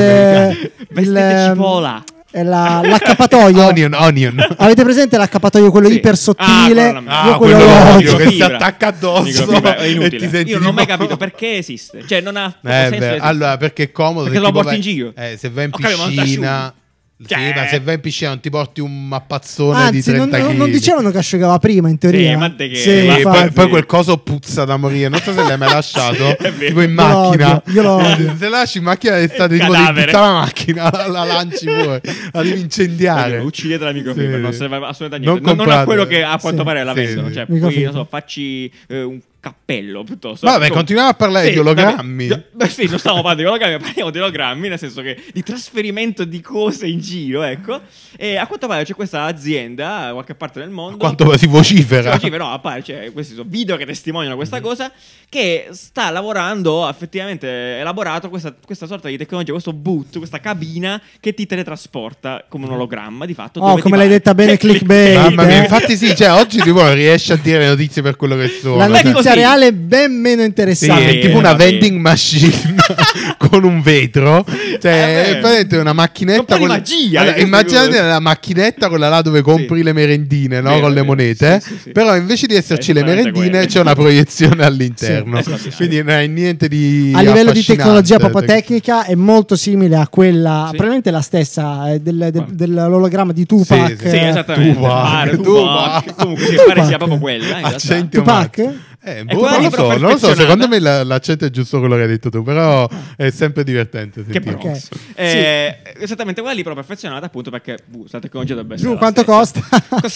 S2: eh.
S1: Vestite cipola.
S3: è la, l'accappatoio.
S2: Onion, onion.
S3: Avete presente l'accappatoio quello
S1: Sì.
S3: iper sottile?
S1: Ah, quello là,
S2: Ah,
S3: Io
S2: quello
S3: quello
S2: là,
S3: lo
S2: l'odio,
S1: la
S3: odio.
S2: che si
S1: microfibra.
S2: attacca addosso
S1: Microfibra, è
S2: e
S1: inutile.
S2: ti senti
S1: Io non ho mai
S2: tipo-
S1: capito perché esiste. Cioè, non ha proprio
S2: Eh,
S1: senso
S2: beh,
S1: di esistere.
S2: allora, perché è comodo.
S1: Perché
S2: se
S1: lo
S2: tipo
S1: porti in
S2: vai-
S1: giro.
S2: Eh, se vai in
S1: Ho capito, ma non
S2: piscina. Sì,
S1: Cioè.
S2: ma se vai in piscina non ti porti un mappazzone di
S3: Anzi, non, diciamo
S2: 30
S3: non- non
S2: kg.
S3: dicevano che asciugava prima in teoria.
S1: Sì, ma te che-
S2: Sì,
S1: ma
S2: poi-
S3: infatti.
S2: poi, quel coso puzza da morire. Non so se l'hai mai lasciato.
S1: È vero.
S2: tipo in
S3: Io lo
S2: macchina.
S3: odio, io lo odio.
S2: Se lasci in macchina l'estate tipo di
S1: Cadavere.
S2: tutta la macchina, la, la lanci poi. La devi incendiare.
S1: Oddio, uccidete la microfibra,
S2: Sì.
S1: non serve assolutamente a niente.
S2: Non
S1: Non, non a
S2: comprate.
S1: quello che a quanto
S3: Sì.
S1: pare la
S2: Sì,
S1: vedono.
S2: sì.
S1: Cioè, poi
S3: Microfibra.
S1: non so, facci eh, un cappello piuttosto.
S2: Vabbè,
S1: Com-
S2: continuiamo a parlare di
S1: vabbè.
S2: ologrammi.
S1: Beh, sì, non stiamo parlando di ologrammi, parliamo di ologrammi, nel senso che di trasferimento di cose in giro, ecco. E a quanto pare c'è questa azienda, da qualche parte del mondo.
S2: A Quanto si vocifera. Mm.
S1: Sì, però a parte, cioè, questi sono video che testimoniano questa cosa, che sta lavorando, ha effettivamente elaborato questa, questa sorta di tecnologia, questo boot, questa cabina che ti teletrasporta come un ologramma, di fatto.
S3: Oh,
S1: dove ti
S3: come l'hai
S1: vai.
S3: detta bene,
S1: Eh,
S3: clickbait,
S2: Mamma mia,
S3: Eh.
S2: infatti sì, cioè oggi tipo non riesci a dire le notizie per quello che sono.
S3: La
S2: Cioè,
S3: notizia
S1: così.
S3: reale è ben meno
S2: Sì,
S3: interessante.
S1: Vabbè,
S2: è tipo una
S1: vabbè.
S2: vending machine con un vetro. Cioè,
S1: Eh,
S2: è praticamente una macchinetta.
S1: un po' di
S2: con-
S1: magia,
S2: Allora,
S1: eh,
S2: immaginate
S1: questo-
S2: la macchinetta quella là dove compri
S1: Sì.
S2: le merendine, no?
S1: Vero,
S2: con le
S1: vero.
S2: monete.
S1: Sì, sì, sì.
S2: Però invece di esserci
S1: È
S2: le
S1: esattamente
S2: merendine,
S1: quello.
S2: c'è una proiezione all'interno.
S1: Sì, esatto.
S2: Quindi non è niente di.
S3: a livello di
S2: affascinante. eh,
S3: tecnologia proprio tecnica è molto simile a quella,
S1: Sì.
S3: probabilmente la stessa eh, del- del-
S1: Qua.
S3: dell'ologramma di Tupac.
S2: Sì,
S1: Sì, esatto.
S3: eh,
S1: esattamente.
S2: Tupac,
S1: Pare,
S2: Tupac.
S1: Tupac. Comunque, sì,
S3: Tupac.
S1: pare sia proprio quella. eh, in realtà.
S2: Accenti
S3: Tupac?
S2: omaggi. Eh, boh,
S1: quella
S2: non
S1: lì
S2: lo
S1: però
S2: so, non lo so,
S1: perfezionata.
S2: secondo me la- l'accento è giusto quello che hai detto tu, però è sempre divertente.
S1: Che
S2: sentirlo.
S1: Bronx.
S3: Ok.
S1: Eh, Esattamente quella lì, però perfezionata appunto perché uh, la tecnologia dovrebbe essere.
S3: Giù,
S1: la
S3: quanto
S1: stessa.
S3: costa?
S1: Costa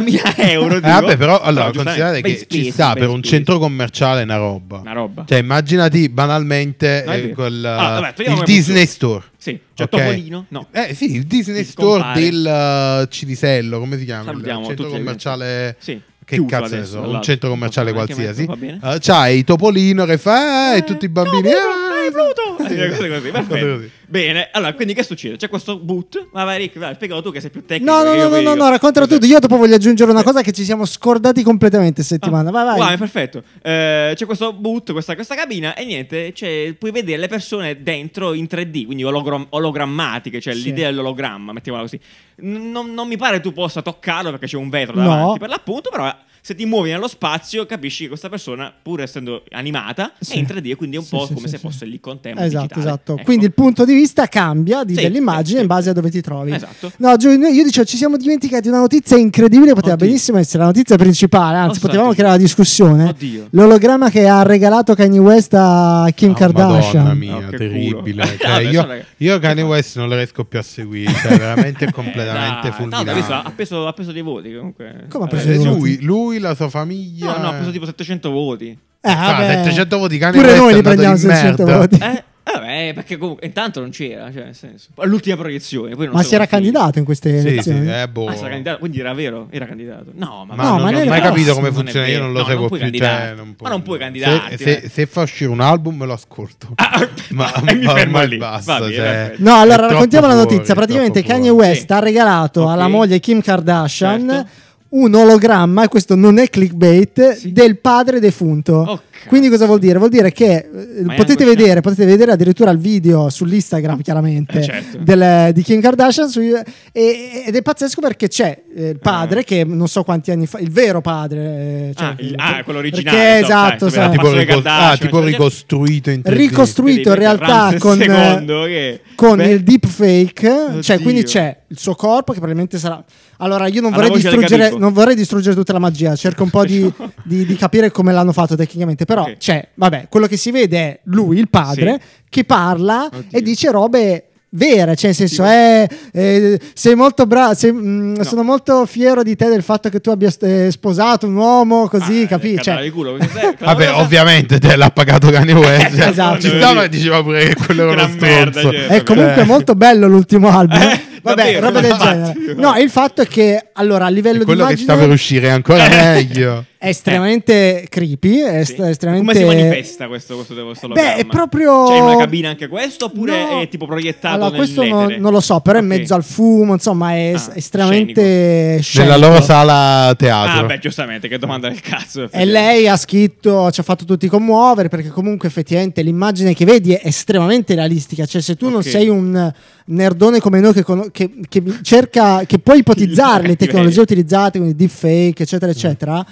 S1: 60.000 euro.
S2: Eh,
S1: dico.
S2: vabbè, però allora
S1: giustamente,
S2: considerate
S1: ben
S2: che ci
S1: spesi,
S2: sta
S1: ben
S2: per un
S1: spesi.
S2: centro commerciale una roba.
S1: Una roba.
S2: Cioè, immaginati banalmente
S1: No, è
S2: eh,
S1: vero.
S2: quel,
S1: Allora, vabbè,
S2: il
S1: togliamo le
S2: Disney
S1: emozioni.
S2: Store.
S1: Sì, c'è
S2: Ok.
S1: Topolino. No.
S2: Eh sì, il Disney
S1: Ti
S2: Store
S1: scompare.
S2: del uh, Cinisello, come si chiama?
S1: Salutiamo
S2: il centro
S1: tutti,
S2: commerciale
S1: sì.
S2: Che
S1: Chiuso
S2: cazzo ne
S1: adesso,
S2: so, un
S1: dall'altro.
S2: centro commerciale
S1: Posso anche
S2: qualsiasi.
S1: metterlo, va
S2: Eh, c'hai Topolino che fa eh, e
S1: Eh,
S2: tutti i bambini
S1: no,
S2: "Ah,
S1: Pluto, eh, Pluto!
S2: sì.
S1: Eh, cose così, perfetto.
S2: Cose così.
S1: Bene, allora, quindi che succede? C'è questo boot. Ma vai, Rick, vai, spiegalo tu che sei più tecnico.
S3: No, no,
S1: che io,
S3: no, no,
S1: quindi
S3: no,
S1: io-
S3: no, raccontalo tutto. Io dopo voglio aggiungere una cosa che ci siamo scordati completamente settimana.
S1: Ah,
S3: Vai, vai.
S1: guarda, perfetto. Eh, c'è questo boot, questa, questa cabina e niente, cioè, puoi vedere le persone dentro in 3D, quindi ologram- ologrammatiche, cioè
S3: Sì.
S1: l'idea dell'ologramma, mettiamola così. N- non, non mi pare tu possa toccarlo perché c'è un vetro
S3: No.
S1: davanti per l'appunto, però se ti muovi nello spazio capisci che questa persona, pur essendo animata,
S3: Sì.
S1: è in 3D e quindi è un
S3: Sì,
S1: po'
S3: sì,
S1: come
S3: sì,
S1: se
S3: sì.
S1: fosse lì con te. ma
S3: Esatto,
S1: digitale.
S3: esatto.
S1: Ecco.
S3: Quindi il punto di vista cambia di-
S1: Sì,
S3: dell'immagine
S1: sì, sì.
S3: in base a dove ti trovi.
S1: Esatto.
S3: No, Giù, noi- io dicevo, ci siamo dimenticati di una notizia incredibile, poteva
S1: Oddio.
S3: benissimo essere la notizia principale, anzi
S1: Osservati.
S3: potevamo creare la discussione.
S1: Oddio.
S3: L'ologramma che ha regalato Kanye West a Kim
S2: Ah, Madonna
S3: Kardashian.
S2: mia,
S1: Oh, che
S2: terribile.
S1: culo.
S2: Cioè,
S1: Vabbè,
S2: io,
S1: sono-
S2: io Kanye West non lo riesco più a seguire, cioè, veramente completamente
S1: Eh, dai, tanto adesso ha
S2: fulminante.
S1: preso, ha preso dei voti comunque.
S3: Come ha
S1: Eh,
S3: preso
S2: Eh,
S3: dei voti?
S2: lui, lui, la sua famiglia.
S1: No, no, ha preso tipo 700 voti.
S3: Eh,
S2: Fra
S3: vabbè.
S2: 700 Ah, voti Kanye
S3: Pure
S2: West
S3: noi
S2: è
S3: li
S2: andato
S3: prendiamo
S2: di
S3: 700
S2: merda.
S3: voti.
S1: Eh, vabbè, perché comunque intanto non c'era, cioè, nel senso. All'ultima proiezione, poi non
S3: Ma
S1: so
S3: si era
S1: come finì.
S3: candidato in queste
S2: Sì, sì,
S3: elezioni?
S2: eh, boh.
S1: Ah, si era candidato, quindi era vero, era candidato. No, ma,
S2: Ma
S3: No,
S2: non,
S3: ma
S2: non ho
S3: nel
S2: mai
S3: prossimo
S2: capito come
S1: non è
S2: funziona. Io
S1: vero.
S2: non lo
S1: No,
S2: seguo
S1: puoi
S2: più.
S1: candidarti.
S2: cioè, non può-
S1: ma non puoi
S2: se-
S1: candidarti.
S2: Se,
S1: eh.
S2: se fa uscire un album, me lo ascolto.
S1: Ah, e mi fermo
S2: ormai
S1: lì.
S2: Basta,
S1: Va bene,
S2: cioè,
S1: perfetto.
S3: No,
S2: è
S3: allora
S2: troppo
S3: raccontiamo la
S2: fuori,
S3: notizia.
S2: è
S3: Praticamente
S2: troppo
S3: Kanye
S2: fuori.
S3: West
S1: Sì.
S3: ha regalato
S1: Ok.
S3: alla moglie Kim Kardashian
S1: Certo.
S3: un ologramma, e questo non è clickbait,
S1: Sì.
S3: del padre defunto.
S1: Oh, cazzo.
S3: Quindi cosa vuol dire? Vuol dire che eh, potete
S1: angosciante.
S3: vedere, potete vedere addirittura il video sull'Instagram, chiaramente,
S1: Eh, certo.
S3: del- di Kim Kardashian. su- e- ed è pazzesco perché c'è eh, il padre
S1: Eh.
S3: che non so quanti anni fa, il vero padre. eh, cioè,
S1: Ah, il-
S3: che-
S1: ah, quello originale,
S3: Perché,
S1: insomma, eh, dai,
S3: esatto,
S1: sapeva
S3: sai.
S1: Passo
S2: Cioè, tipo,
S1: le
S2: ricos-
S1: Kardashian,
S2: ah, tipo
S1: cioè-
S2: ricostruito in 3D.
S3: ricostruito in
S1: Vedi, Peter
S3: realtà
S1: Ramses
S3: con, eh,
S1: secondo che-
S3: con
S1: Beh.
S3: il deepfake, cioè
S1: Oddio.
S3: quindi c'è il suo corpo che probabilmente sarà... Allora io non
S1: Ha
S3: vorrei,
S1: la voce del
S3: distruggere,
S1: Garibo.
S3: non vorrei distruggere tutta la magia, cerco un po' di, di- di capire come l'hanno fatto tecnicamente, però
S1: Ok.
S3: c'è, vabbè, quello che si vede è lui, il padre, che parla e
S1: Oddio.
S3: dice robe... Vere, cioè, nel senso,
S1: Sì.
S3: eh, eh, sei molto bravo. Sono
S1: No.
S3: molto fiero di te del fatto che tu abbia eh, sposato un uomo così,
S1: Ah,
S3: capisci?
S1: cagare
S3: Cioè,
S1: il culo, questa è- quella
S2: Vabbè,
S1: cosa-
S2: ovviamente te l'ha pagato Kanye West. cioè,
S3: Esatto.
S2: Ci stava e diceva pure che quello era uno
S1: Gran merda,
S2: stronzo.
S1: cioè.
S3: È comunque
S2: Eh.
S3: molto bello l'ultimo album.
S1: Eh,
S3: Vabbè,
S1: davvero,
S3: roba del
S1: infatti.
S3: genere. No, il fatto è che allora a
S2: E
S3: livello di
S2: quello che sta per
S3: immagine
S2: uscire è ancora meglio.
S3: è estremamente creepy, è
S1: Sì.
S3: est- estremamente
S1: Come si manifesta questo, questo, questo
S3: Beh, è
S1: ologramma?
S3: proprio-
S1: C'è in una cabina anche questo oppure
S3: No.
S1: è tipo proiettato
S3: Allora,
S1: nel
S3: questo no-
S1: netere?
S3: non lo so, però è in
S1: Ok.
S3: mezzo al fumo, insomma, è es-
S1: Ah,
S3: estremamente scenico.
S2: Nella loro sala
S1: Ah,
S2: teatro.
S3: Eh,
S1: beh, giustamente, che domanda del cazzo.
S3: E lei ha scritto, ci ha fatto tutti commuovere perché comunque effettivamente l'immagine che vedi è estremamente realistica, cioè se tu non
S1: Ok.
S3: sei un nerdone come noi che, cono- che- che cerca, che può ipotizzare le tecnologie utilizzate, quindi deepfake, eccetera, eccetera.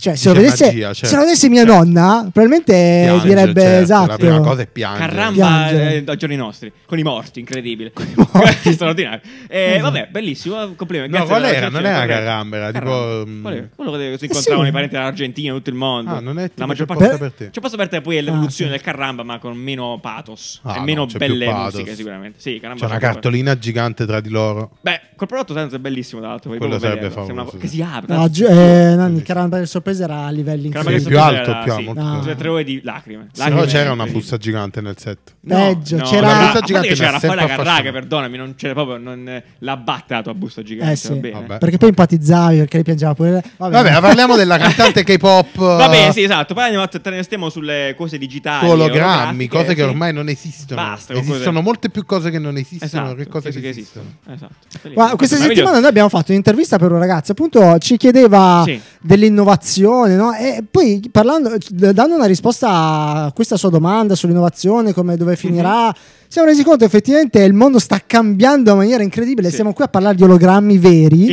S3: Cioè, se lo,
S2: Mm. Dice
S3: vedesse,
S2: magia, certo.
S3: se lo vedesse mia nonna, probabilmente
S2: Piange,
S3: direbbe
S2: certo, La prima
S3: esatto.
S2: cosa è piangere.
S1: Caramba,
S3: Piangere.
S1: eh, da giorni nostri, con i morti, incredibile.
S3: morti. Esatto.
S1: Straordinario. Eh, vabbè, bellissimo, complimenti.
S2: No,
S1: grazie
S2: qual
S1: della
S2: era? Non
S1: recensione,
S2: era
S1: corretta.
S2: Caramba, era tipo,
S1: Caramba.
S2: mm,
S1: Qual era? Quello che si
S3: Eh, sì.
S1: incontravano i parenti dall'Argentina, tutto il mondo.
S2: Ah, non è tipo
S1: la maggior
S2: C'è
S1: parte.
S2: posto per te.
S1: C'è posto per te, poi è l'evoluzione
S3: Ah, sì.
S1: del Caramba, ma con meno pathos
S2: Ah,
S1: e
S2: no,
S1: meno
S2: c'è più
S1: belle
S2: pathos.
S1: musiche, sicuramente. Sì, Caramba.
S2: C'è una
S1: proprio-
S2: cartolina gigante tra di loro.
S1: Beh, quel prodotto senza è bellissimo, tra l'altro.
S2: Quello
S1: proprio
S2: sarebbe
S1: bello. Sembra
S2: favoloso,
S1: Che
S2: sì.
S1: si apre.
S3: No, giù- eh, Nanni, Caramba delle sorprese era a livelli
S1: Caramba,
S2: Sì,
S1: che
S3: incredibili.
S2: più
S1: sorpresa
S2: alto,
S1: era,
S2: più
S1: sì,
S2: molto
S3: più alto.
S1: tre- tre ore di lacrime.
S2: Se no
S1: lacrime
S2: c'era una
S1: incredibili.
S2: busta gigante nel set.
S3: Peggio, c'era-
S1: no,
S3: La busta
S1: a parte
S2: gigante
S1: che
S2: mi
S1: c'era
S2: ha sempre
S1: Raffaella Carraga,
S2: affascinato.
S1: perdonami, non c'era proprio non, eh, la batte la tua busta gigante.
S3: Eh, sì.
S1: va bene.
S2: Vabbè.
S3: Perché poi empatizzavi, perché lei piangeva pure.
S2: Vabbè, ma parliamo della cantante K-pop. eh.
S1: Va bene, sì, esatto. Poi andiamo a ne stiamo sulle cose
S2: su
S1: digitali.
S2: eh, ologrammi,
S1: olografiche,
S2: cose che
S1: sì.
S2: ormai non esistono.
S1: Basta, con
S2: esistono
S1: cose-
S2: molte più cose che non esistono
S1: Esatto,
S2: che cose che, esistono.
S1: Esatto.
S3: Ma questa
S1: Meraviglioso.
S3: settimana noi abbiamo fatto un'intervista per un ragazzo, appunto ci chiedeva
S1: Sì.
S3: dell'innovazione, no? e poi parlando, d- dando una risposta a questa sua domanda sull'innovazione, come dove
S1: Mhm.
S3: finirà, ci siamo resi conto effettivamente il mondo sta cambiando in maniera incredibile,
S1: Sì.
S3: siamo qui a parlare di ologrammi veri.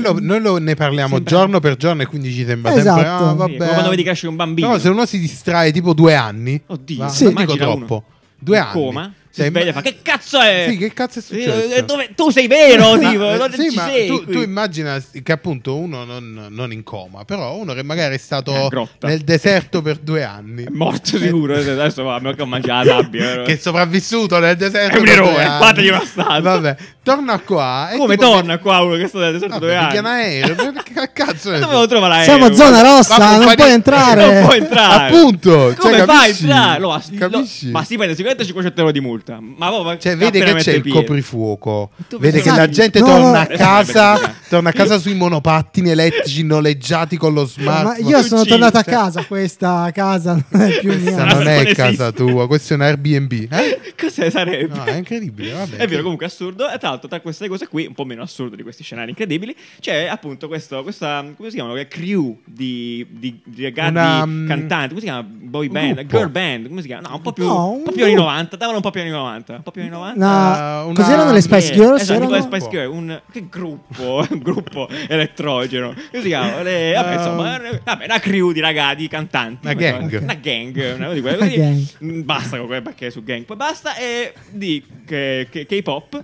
S2: Noi, lo- noi lo- ne parliamo
S1: Sembra-
S2: giorno per giorno e quindi ci sembra sempre.
S3: Esatto.
S2: Ah,
S3: Sì,
S1: Sì, è
S2: vabbè.
S1: come quando vedi crescere un bambino.
S2: No, se uno si distrae tipo due anni,
S1: Oddio,
S2: va,
S3: sì.
S2: non dico
S1: immagina
S2: troppo.
S1: uno.
S2: Due
S1: in
S2: anni.
S1: Coma? Si
S2: Cioè,
S1: sveglia e
S2: imma-
S1: fa che cazzo è?
S2: Sì, che cazzo è successo?
S1: Eh, dove- tu sei vero, tipo,
S2: Eh,
S1: non
S2: sì,
S1: ci
S2: ma
S1: sei.
S2: tu,
S1: qui.
S2: tu immagina che appunto uno non, non in coma, però uno che magari è
S1: Nella
S2: stato
S1: Eh, grotta. Eh,
S2: nel deserto per due anni.
S1: È morto sicuro. Adesso va, mi ho mangiato la sabbia.
S2: Eh. che è sopravvissuto nel deserto.
S1: eh, È un
S2: per due
S1: eroe,
S2: anni.
S1: fategli una statua.
S2: Vabbè, torna qua. e
S1: Come
S2: eh, tipo-
S1: torna qua uno che sta nel deserto
S2: Vabbè,
S1: due anni?
S2: picchia un aereo. Che cazzo ne
S1: Eh, Ma dove
S2: so?
S1: lo trova l'aereo?
S3: Siamo zona eh. rossa,
S2: Vabbè,
S3: non
S2: fai-
S3: puoi entrare.
S1: Non puoi entrare.
S2: Appunto,
S1: Come
S2: cioè,
S1: fai a
S2: capisci?
S1: entrare? Lo- lo-
S2: Capisci?
S1: ma si prende sicuramente 500 euro di multa. Ma poi va-
S2: Cioè,
S1: va
S2: vede che
S1: appena
S2: c'è
S1: mette
S2: il
S1: piede.
S2: coprifuoco.
S1: Tu
S2: Vede che
S1: pensavo-
S2: la gente
S3: No, no.
S2: torna a
S1: Adesso
S2: casa,
S1: mi
S2: torna a casa sui monopattini elettrici noleggiati con lo smartphone.
S3: Ma io sono
S1: Uccidi,
S3: tornato a
S1: cioè.
S3: casa, questa casa non è più
S2: Questa
S3: mia.
S2: non
S1: Non
S2: è
S1: esiste.
S2: casa tua, questo è un Airbnb. Eh?
S1: Cos'è sarebbe?
S2: No, è incredibile, Eh, vabbè.
S1: È vero, comunque assurdo. E tra l'altro, tra queste cose qui, un po' meno assurdo di questi scenari incredibili, c'è appunto questo, questa, come si chiamano? Crew di, di, di ragazzi
S2: Una, mm,
S1: cantanti. Come si chiama? Boy
S2: un
S1: band,
S2: gruppo.
S1: girl band, come si chiama? No, un po' più,
S3: No, un
S1: un po' più anni
S3: gruppo.
S1: 90. Davano un po' più anni 90. Un po' più anni 90.
S3: No,
S2: Eh, una-
S3: Cos'erano le Spice
S1: Eh,
S3: Girls?
S1: esatto, tipo
S3: Erano-
S1: le Spice Girls, un che gruppo, un gruppo elettrogeno. Come si chiama? Le- vabbè,
S2: Eh,
S1: insomma, eh, vabbè, una crew di ragazzi, di cantanti.
S2: Una
S1: Come si
S2: gang.
S1: chiama? Una gang, una di quelle
S3: Una
S1: così.
S3: gang.
S1: Mm, Basta con quelle bacche su gang, poi basta e di che- che- K-pop.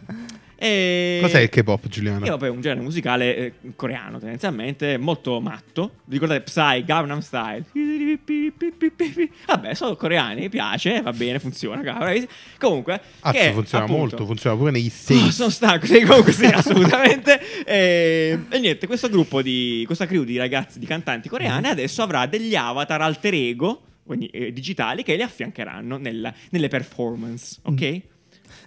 S1: E...
S2: Cos'è il K-pop,
S1: Che
S2: Giuliano?
S1: vabbè, è un genere musicale eh, coreano tendenzialmente molto matto. Ricordate Psy, Gangnam Style. Vabbè, sono coreani, piace, va bene, funziona. cavolo. Comunque,
S2: Cazzo,
S1: che,
S2: Ah, funziona
S1: appunto,
S2: molto, funziona pure negli
S1: Oh,
S2: States.
S1: sono stanco, sì, comunque sì, assolutamente. E, e niente, questo gruppo di questa crew di ragazzi, di cantanti
S2: Mm.
S1: coreane, adesso avrà degli avatar alter
S2: Mm.
S1: ego, quindi eh, digitali, che li affiancheranno nella- nelle performance, ok?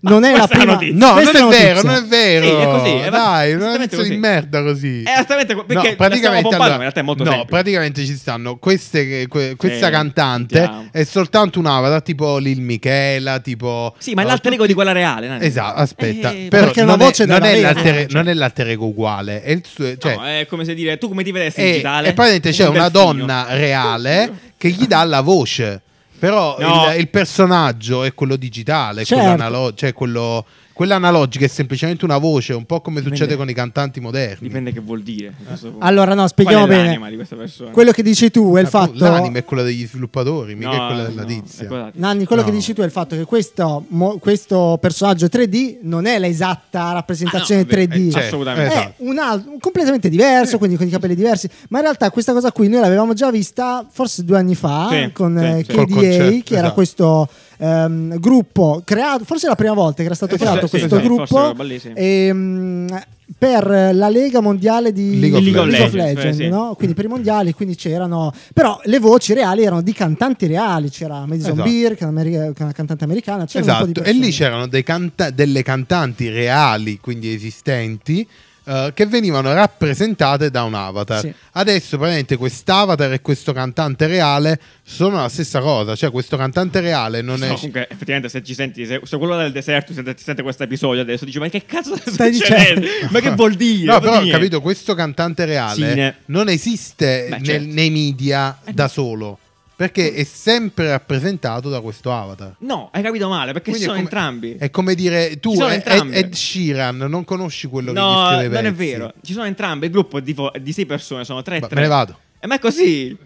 S3: non è la
S1: questa è la
S3: prima.
S1: notizia.
S2: No, non
S3: questa
S2: è,
S3: notizia.
S2: vero, non è vero.
S1: Sì, è così, è
S2: Dai, non è
S1: esattamente
S2: notizia di
S1: così.
S2: merda così.
S1: È esattamente co- perché la stiamo pompando, ma in realtà è molto
S2: no,
S1: semplice.
S2: praticamente ci stanno queste, che- que- questa
S1: Eh,
S2: cantante
S1: vediamo.
S2: è soltanto un'avatar tipo Lil Michela, tipo
S1: Sì, ma è
S2: eh,
S1: l'alter ego di quella reale. no?
S2: Esatto, aspetta,
S1: Eh,
S2: però
S3: perché è
S2: non,
S3: una voce
S2: è, non,
S3: della
S2: è
S3: vera,
S2: l'alter,
S3: eh, cioè.
S2: non è l'alter ego uguale, è il suo, cioè,
S1: No, è come se dire tu come ti vedessi in
S2: e,
S1: digitale.
S2: Eh, e praticamente c'è
S1: Un
S2: una
S1: delfino.
S2: donna reale che gli dà la voce. Però
S1: No.
S2: il, il personaggio è quello digitale, è
S3: Certo.
S2: quello analo- cioè quello, quella analogica è semplicemente una voce, un po' come succede
S1: Dipende.
S2: con i cantanti moderni.
S1: Dipende che vuol dire. a questo punto.
S3: Allora, no, spieghiamo
S1: Qual è
S3: bene.
S1: l'anima di questa persona?
S3: Quello che dici tu è il
S2: La- Ah, L'anima
S3: fatto.
S2: è quella degli sviluppatori, mica
S1: No,
S2: è quella della
S1: no,
S2: tizia.
S1: è quella della tizia.
S3: Nanni, quello che
S2: No.
S3: dici tu è il fatto che questo, mo- questo personaggio 3D non è l'esatta rappresentazione
S1: Ah, no, vabbè,
S3: 3D.
S1: eh, assolutamente.
S2: Eh,
S3: È un altro, completamente diverso, quindi con i capelli diversi. Ma in realtà questa cosa qui noi l'avevamo già vista forse due anni fa
S1: Sì,
S3: con
S1: sì,
S3: eh,
S1: sì.
S2: Col
S3: KDA,
S2: concerto,
S3: che era
S2: esatto.
S3: questo ehm, gruppo creato, forse è la prima volta che era stato
S1: Eh,
S3: creato
S1: forse- sì,
S3: questo
S1: sì, forse era
S3: gruppo
S1: roba lì, sì.
S3: ehm, per la Lega Mondiale di
S2: League of Legends.
S1: League of Legends, eh, sì.
S3: no? quindi per i mondiali, quindi c'erano... però le voci reali erano di cantanti reali, c'era Madison
S2: Esatto.
S3: Beer, che è un'ameri- che è una cantante americana, c'era un po' di
S2: Esatto, e
S3: persone.
S2: lì c'erano dei canta- delle cantanti reali, quindi esistenti, eh, che venivano rappresentate da un avatar.
S3: Sì.
S2: Adesso praticamente quest'avatar e questo cantante reale sono la stessa cosa, cioè questo cantante reale non
S1: No,
S2: è...
S1: comunque, effettivamente, se ci senti, se, se quello del deserto sente, ti sente questo episodio adesso, dici: Ma che cazzo stai
S3: Stai
S1: dicendo?
S3: dicendo?"
S1: Ma che vuol dire?
S2: No,
S1: Non
S2: però ho
S1: vuol dire niente.
S2: capito, questo cantante reale
S1: Sì, ne-
S2: non esiste
S1: Beh,
S2: nel-
S1: certo.
S2: nei media
S3: Eh,
S2: da solo, perché è sempre rappresentato da questo avatar.
S1: No, hai capito male perché
S2: Quindi
S1: sono
S2: è come-
S1: entrambi.
S2: È come dire tu,
S1: Ci sono
S2: Ed,
S1: entrambe.
S2: Ed Sheeran, non conosci quello
S1: No,
S2: che gli
S1: non
S2: scrive i
S1: è
S2: pezzi.
S1: vero. Ci sono entrambi. Il gruppo di, fo- di sei persone sono tre e
S2: Ma
S1: tre.
S2: me ne vado.
S1: Eh, ma è così.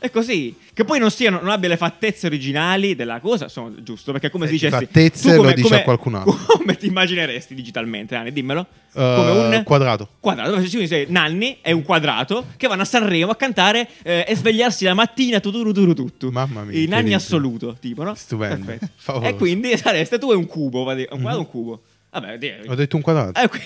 S1: È così. Che poi non, siano, non abbia le fattezze originali della cosa, sono giusto. Perché come
S2: Se
S1: si dice.
S2: Eh, fattezze lo dice a qualcun altro.
S1: Come ti immagineresti digitalmente, Nani? Dimmelo.
S2: Eh,
S1: come un
S2: quadrato.
S1: Quadrato. Cioè, Quindi sei Nanni è un quadrato che vanno a Sanremo a cantare eh, e svegliarsi la mattina tuturu tuturu tuttu.
S2: Mamma mia,
S1: I Nanni
S2: incredibile.
S1: assoluto, tipo, no?
S2: Stupendo,
S1: Perfetto.
S2: favoloso. Mhm.
S1: E quindi sareste tu e un cubo, va di- un quadrato e un cubo. Vabbè, dai.
S2: Ho detto un quadrato.
S1: Eh, qui-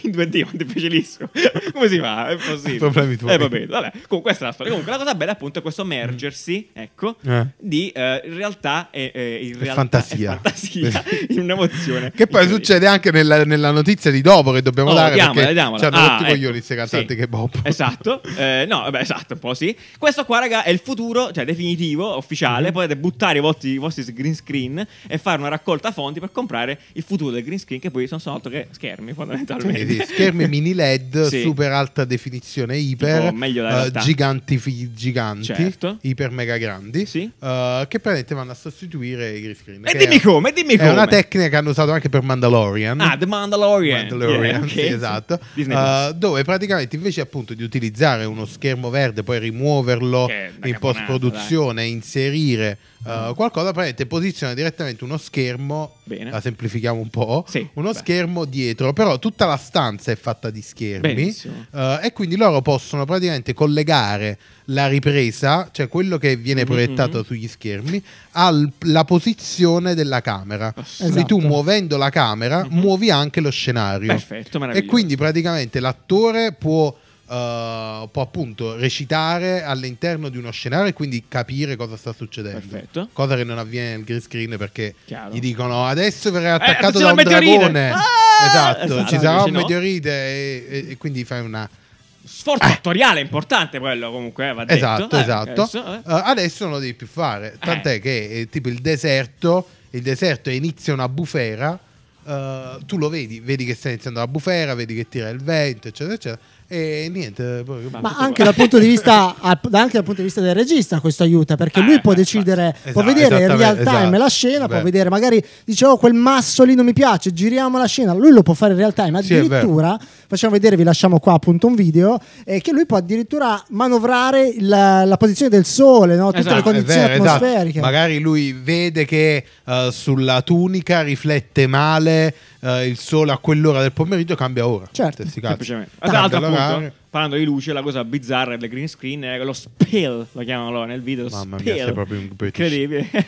S1: in 2D è difficilissimo. Come si fa? È possibile.
S2: Problemi tuoi.
S1: Eh, va bene, vabbè. Comunque, questa è la storia. Comunque, la cosa bella, appunto, è questo mergersi, ecco,
S2: Eh.
S1: di eh, in realtà e eh, in realtà-
S2: fantasia.
S1: è fantasia in un'emozione.
S2: Che poi
S1: incredibile.
S2: succede anche nella, nella notizia di dopo che dobbiamo
S1: Eh, Oh,
S2: dare
S1: diamola,
S2: perché
S1: diamola.
S2: ci hanno
S1: Ah,
S2: tutti
S1: ecco.
S2: coglioni queste cantanti
S1: Sì.
S2: che bob.
S1: Esatto, Eh, no, vabbè, esatto, un po' sì. Questo qua, raga, è il futuro, cioè definitivo, ufficiale.
S2: Mhm.
S1: Potete buttare i vostri, i vostri green screen e fare una raccolta fondi per comprare il futuro del green screen, che poi sono solo altro che schermi, fondamentalmente.
S2: Quindi schermi mini LED,
S1: Sì.
S2: super alta definizione, iper,
S1: Tipo, meglio della
S2: eh,
S1: realtà.
S2: giganti, fi- giganti
S1: Certo.
S2: iper mega grandi,
S1: Sì.
S2: eh, che praticamente vanno a sostituire i green screen.
S1: E
S2: che
S1: dimmi
S2: è-
S1: come, dimmi
S2: è
S1: come.
S2: una tecnica che hanno usato anche per Mandalorian.
S1: Ah, The Mandalorian.
S2: Mandalorian,
S1: Yeah, ok.
S2: sì, esatto.
S1: Disney
S2: Eh,
S1: Plus.
S2: dove praticamente invece appunto di utilizzare uno schermo verde, poi rimuoverlo
S1: Che è una
S2: in
S1: caponata,
S2: post produzione, inserire eh, qualcosa, praticamente posiziona direttamente uno schermo.
S1: Bene.
S2: La semplifichiamo un po'.
S1: Sì,
S2: uno
S1: beh.
S2: schermo dietro, però tutta la stanza è fatta di schermi.
S1: Benissimo.
S2: eh, e quindi loro possono praticamente collegare la ripresa, cioè quello che viene
S1: Mhm,
S2: proiettato
S1: mhm.
S2: sugli schermi, alla posizione della camera. Quindi tu
S3: Esatto.
S2: muovendo la camera
S1: Mhm.
S2: muovi anche lo scenario.
S1: Perfetto,
S2: E
S1: meraviglioso.
S2: quindi praticamente l'attore può, eh, può appunto recitare all'interno di uno scenario e quindi capire cosa sta succedendo.
S1: Perfetto.
S2: Cosa che non avviene nel green screen perché
S1: Chiaro.
S2: gli dicono adesso verrà
S1: Eh,
S2: attaccato
S1: attenzione
S2: da un
S1: al meteorite!"
S2: dragone.
S1: Ah!
S2: esatto,
S1: Esatto,
S2: ci sarà
S1: invece
S2: un
S1: no.
S2: meteorite e, e- e quindi fai una...
S1: Sforzo attoriale è importante quello comunque, eh, va detto.
S2: Eh. Esatto,
S1: Eh,
S2: esatto.
S1: adesso, eh.
S2: Eh, adesso non lo devi più fare. Tant'è che eh, tipo il deserto, il deserto inizia una bufera. eh, tu lo vedi, vedi che sta iniziando la bufera, vedi che tira il vento, eccetera, eccetera. E niente. poi- boh.
S1: Ma-
S3: Ma
S1: Tutto
S3: anche
S1: qua.
S3: dal, punto di vista, al- anche dal punto di vista del regista questo aiuta perché lui
S1: Eh,
S3: può
S1: beh,
S3: decidere, può
S2: Esatto,
S3: vedere in real
S2: esattamente,
S3: time
S2: esatto.
S3: la scena, può
S2: Beh.
S3: vedere magari dice oh quel masso lì non mi piace, giriamo la scena, lui lo può fare in real time,
S2: Sì, è vero.
S3: addirittura facciamo vedere, vi lasciamo qua appunto un video, eh, che lui può addirittura manovrare il- la posizione del sole, no? tutte
S1: Esatto,
S3: le
S1: è
S3: condizioni
S2: vero, esatto.
S3: atmosferiche.
S2: Magari lui vede che eh, sulla tunica riflette male eh, il sole a quell'ora del pomeriggio, cambia ora.
S3: Certo.
S2: Sti cazzi.
S1: Semplicemente.
S2: Cambia
S1: Tra l'altro,
S2: l'orario.
S1: appunto, parlando di luce, la cosa bizzarra del green screen è lo spill, lo chiamano loro nel video.
S2: Mamma mia,
S1: spill.
S2: sei proprio un British.
S1: Incredibile.